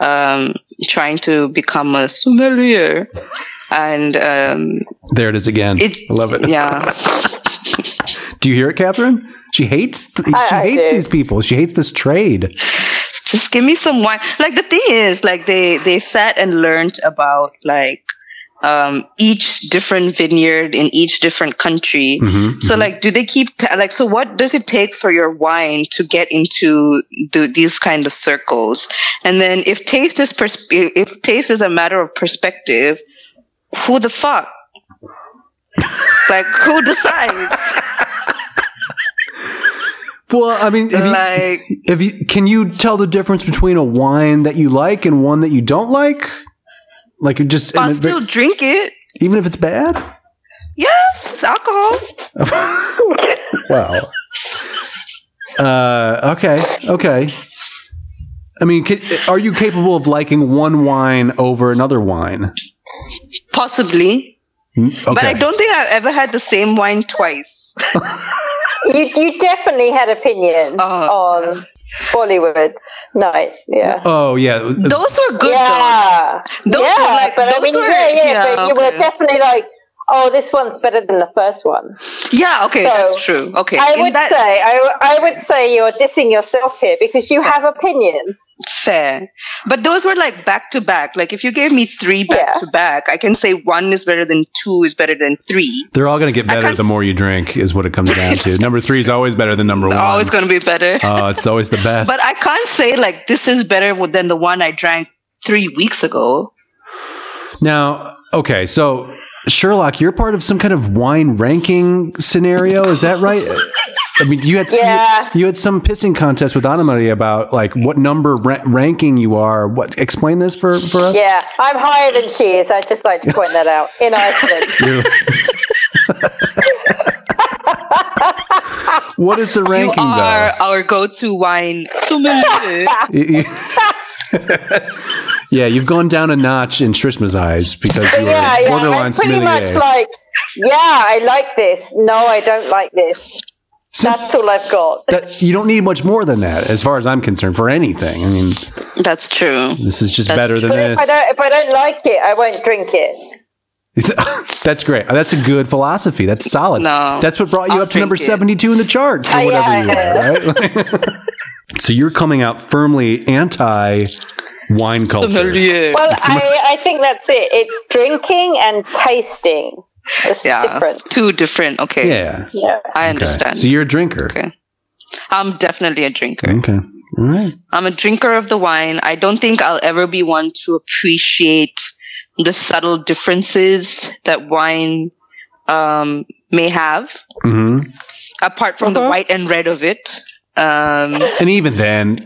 S7: um, trying to become a sommelier, and um,
S6: There it is again.
S7: it.
S6: I love it.
S7: Yeah.
S6: Do you hear it, Catherine? She hates th- she
S5: I
S6: hates
S5: do.
S6: these people. She hates this trade.
S7: just give me some wine like the thing is like they they sat and learned about like um each different vineyard in each different country
S6: Mhm,
S7: so like do they keep t- like so what does it take for your wine to get into the, these kind of circles and then if taste is pers- if taste is a matter of perspective who the fuck like who decides
S6: Well, I mean, if you,
S7: like
S6: if you can you tell the difference between a wine that you like and one that you don't like? Like it just and
S7: i'll
S6: it-
S7: still drink it
S6: even if it's bad.
S7: yes it's alcohol
S6: Wow. Uh, okay, okay. I mean, ca are you capable of liking one wine over another wine?
S7: Possibly.
S6: Okay. Uh,
S7: But I don't think I've ever had the same wine twice.
S5: You, you definitely had opinions
S7: Oh.
S5: on Bollywood night. Yeah.
S6: Oh yeah.
S7: Those were good
S5: yeah.
S7: Those
S5: yeah,
S7: were like-
S5: but I
S7: those
S5: mean,
S7: were-
S5: yeah, yeah,
S7: yeah,
S5: but you
S7: okay.
S5: were definitely like, oh, this one's better than the first one.
S7: though. Yeah, okay,
S5: So,
S7: that's true. Okay.
S5: I
S7: in
S5: would
S7: that-
S5: say, I, I would say you're dissing yourself here because you have opinions.
S7: fair. But those were like back to back. Like if you gave me three
S5: Yeah.
S7: back to back, I can say one is better than two is better than three.
S6: They're all going to get better
S7: can't
S6: the more you drink, is what it comes down to. number three is always better than number one.
S7: Oh, it's gonna be better.
S6: Um, Uh, it's always the best.
S7: but I can't say like this is better than the one I drank three weeks ago.
S6: now, okay, so Sherlock, you're part of some kind of wine ranking scenario. Is that right? I mean, you had some,
S5: Yeah.
S6: you, had some pissing contest with Anna Maria about like what number ra- ranking you are. What? Explain this for for us.
S5: Yeah, I'm higher than she is. I'd just like to point that out in Iceland.
S6: You're- what is the
S7: You
S6: ranking
S7: are
S6: though?
S7: our go-to wine sommelier.
S6: yeah, you've gone down a notch in Trishma's eyes because
S5: But
S6: you're
S5: yeah, yeah,
S6: borderline
S5: I'm pretty
S6: sommelier.
S5: much like, yeah, I like this. No, I don't like this.
S6: Sim-
S5: That's all I've got.
S6: that you don't need much more than that, as far as I'm concerned, for anything. I mean,
S7: That's true.
S6: this is just
S7: That's
S6: better than
S5: But if I
S6: this.
S5: don't, if I don't like it, I won't drink it.
S6: That's great. That's a good philosophy. That's solid.
S7: uh, No.
S6: That's what brought you
S7: I'll
S6: up to number
S7: drink it. Uh,
S6: 72 in the charts or
S5: Oh,
S6: whatever
S5: yeah,
S6: you are, right? so you're coming out firmly anti wine culture.
S7: Sommelier.
S5: Well, I, I think that's it. It's drinking and tasting. It's
S7: yeah,
S5: different.
S7: two different. Okay,
S6: Yeah.
S5: Yeah.
S7: I
S6: Okay.
S7: understand.
S6: So you're a drinker.
S7: Okay. I'm definitely a drinker.
S6: Okay. All right.
S7: I'm a drinker of the wine. I don't think I'll ever be one to appreciate the subtle differences that wine um, may have,
S6: hmm
S7: apart from the white and red of it. Um,
S6: And even then,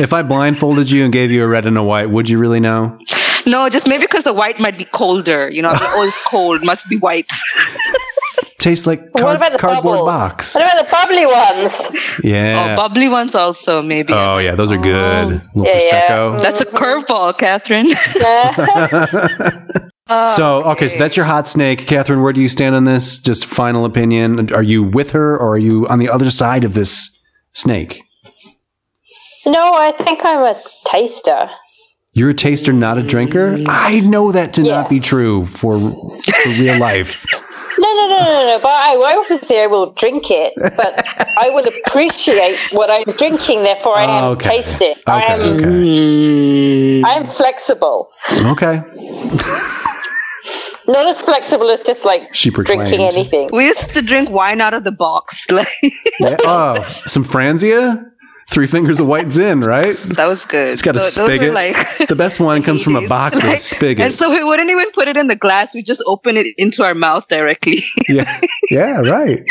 S6: if I blindfolded you and gave you a red and a white, would you really know?
S7: no, just maybe because the white might be colder. You know, oh, it's cold, must be white.
S6: Tastes like
S5: What
S6: card-
S5: about the
S6: cardboard
S5: bubbles?
S6: box.
S5: What about the bubbly ones?
S6: Yeah.
S7: Oh, bubbly ones also maybe.
S6: Oh yeah, those are good. little
S5: Uh-huh. Yeah, yeah.
S6: prosecco.
S7: That's a curveball, Catherine.
S5: Yeah.
S6: so uh, okay, so that's your hot snake, Catherine. Where do you stand on this? Just final opinion. Are you with her, or are you on the other side of this snake?
S5: no, I think I'm a taster.
S6: You're a taster, not a drinker. I know that to
S5: Mm. Yeah.
S6: not be true for, for real life.
S5: No, no, no, no, no. But I I obviously I will drink it, but I will appreciate what I'm drinking. Therefore, I am
S6: Okay.
S5: tasting. I
S6: Okay,
S5: am.
S6: okay,
S5: I am flexible.
S6: okay.
S5: Not as flexible as just like
S6: She
S5: drinking
S6: proclaims.
S5: anything.
S7: we used to drink wine out of the box. Like
S6: Yeah. Oh, some Franzia, three fingers of white zin, right?
S7: that was good.
S6: It's got a
S7: Tho- those were,
S6: spigot.
S7: like-
S6: the best wine comes from a box with a
S7: Like, And
S6: spigot.
S7: so we wouldn't even put it in the glass. We just open it into our mouth directly.
S6: yeah, yeah, right.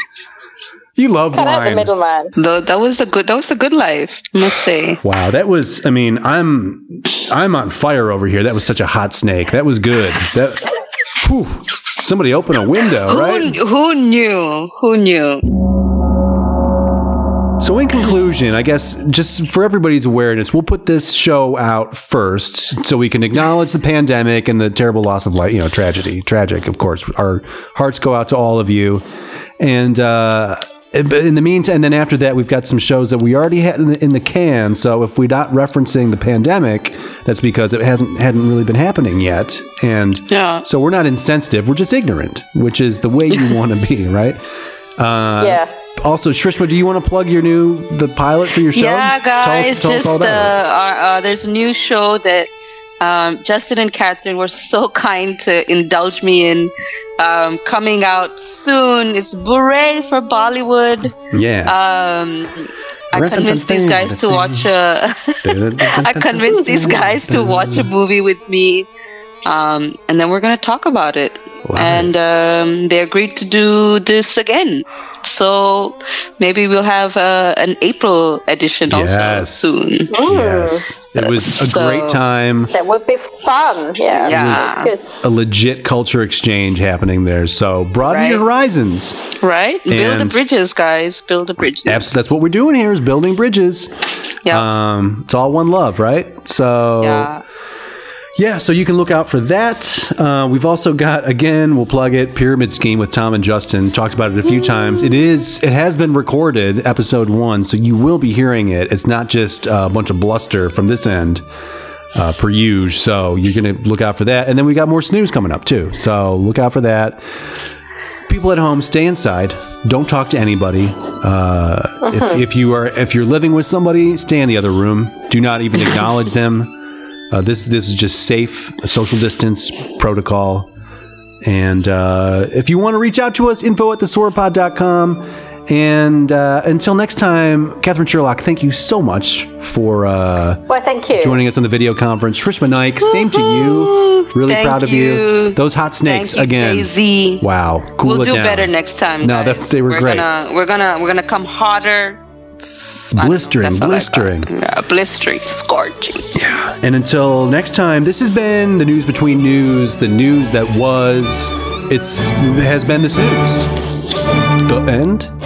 S6: You love
S5: Cut out the
S6: wine.
S5: middleman.
S7: Though that was a good that was a good life, I must say.
S6: Wow, that was. I mean, I'm I'm on fire over here. That was such a hot snake. That was good. That. Whew, somebody open a window, right?
S7: Who who knew? Who knew?
S6: So, in conclusion, I guess just for everybody's awareness, we'll put this show out first so we can acknowledge the pandemic and the terrible loss of life, you know, tragedy, tragic, of course. Our hearts go out to all of you. And, uh, but in the meantime, and then after that, we've got some shows that we already had in the, in the can. So if we're not referencing the pandemic, that's because it hasn't hadn't really been happening yet. And
S7: Yeah.
S6: so we're not insensitive; we're just ignorant, which is the way you want to be, right? Uh,
S5: yeah.
S6: also, Shrishma, do you want to plug your new the pilot for your show?
S7: Yeah,
S6: Tell us-
S7: guys,
S6: tell us all
S7: just
S6: about
S7: uh,
S6: it.
S7: our, uh, there's a new show that um, Justin and Catherine were so kind to indulge me in. Um, coming out soon. It's Bure for Bollywood.
S6: yeah.
S7: Um, I convinced these guys to watch uh, a. I convinced these guys to watch a movie with me, um, and then we're gonna talk about it.
S6: Wow.
S7: And um, they agreed to do this again, so maybe we'll have uh, an April edition also
S6: Yes.
S7: soon.
S6: yes, it was a
S7: So-
S6: great time.
S5: Mm. That would be fun. Yeah.
S7: Yeah.
S5: Good.
S6: A legit culture exchange happening there. So broaden your
S7: Right.
S6: horizons.
S7: Right? Build the
S6: And-
S7: bridges, guys. Build the bridges.
S6: Abs- that's what we're doing here is building bridges.
S7: Yeah.
S6: Um, it's all one love, right? So
S7: yeah.
S6: Yeah, so you can look out for that. Uh, we've also got again, we'll plug it, Pyramid Scheme with Tom and Justin. Talked about it a few times. It is, it has been recorded, episode one, so you will be hearing it. It's not just uh, a bunch of bluster from this end, uh, per usual. So you're gonna look out for that, and then we got more snooze coming up too. So look out for that. People at home, stay inside. Don't talk to anybody. Uh, if, if you are if you're living with somebody, stay in the other room. Do not even acknowledge them. Uh, this this is just safe social distance protocol. And uh, if you want to reach out to us, info at thesoropod.com. And uh, until next time, Catherine Sherlock, thank you so much for uh,
S5: Why, thank you.
S6: joining us on the video conference. Trishma Naik, same to you. Really
S7: Thank
S6: proud of you.
S7: you.
S6: Those hot snakes
S7: Thank you,
S6: again.
S7: Jay-Z.
S6: Wow, cool
S7: we'll
S6: it
S7: do
S6: down.
S7: better next time.
S6: No,
S7: guys.
S6: that- they were
S7: we're
S6: great.
S7: Gonna, we're gonna we're gonna come harder.
S6: It's
S7: I don't know,
S6: blistering,
S7: that's all I got.
S6: blistering.
S7: Yeah, blistering, scorching.
S6: And until next time, this has been the news between news, the news that was. It's has been this news. The end.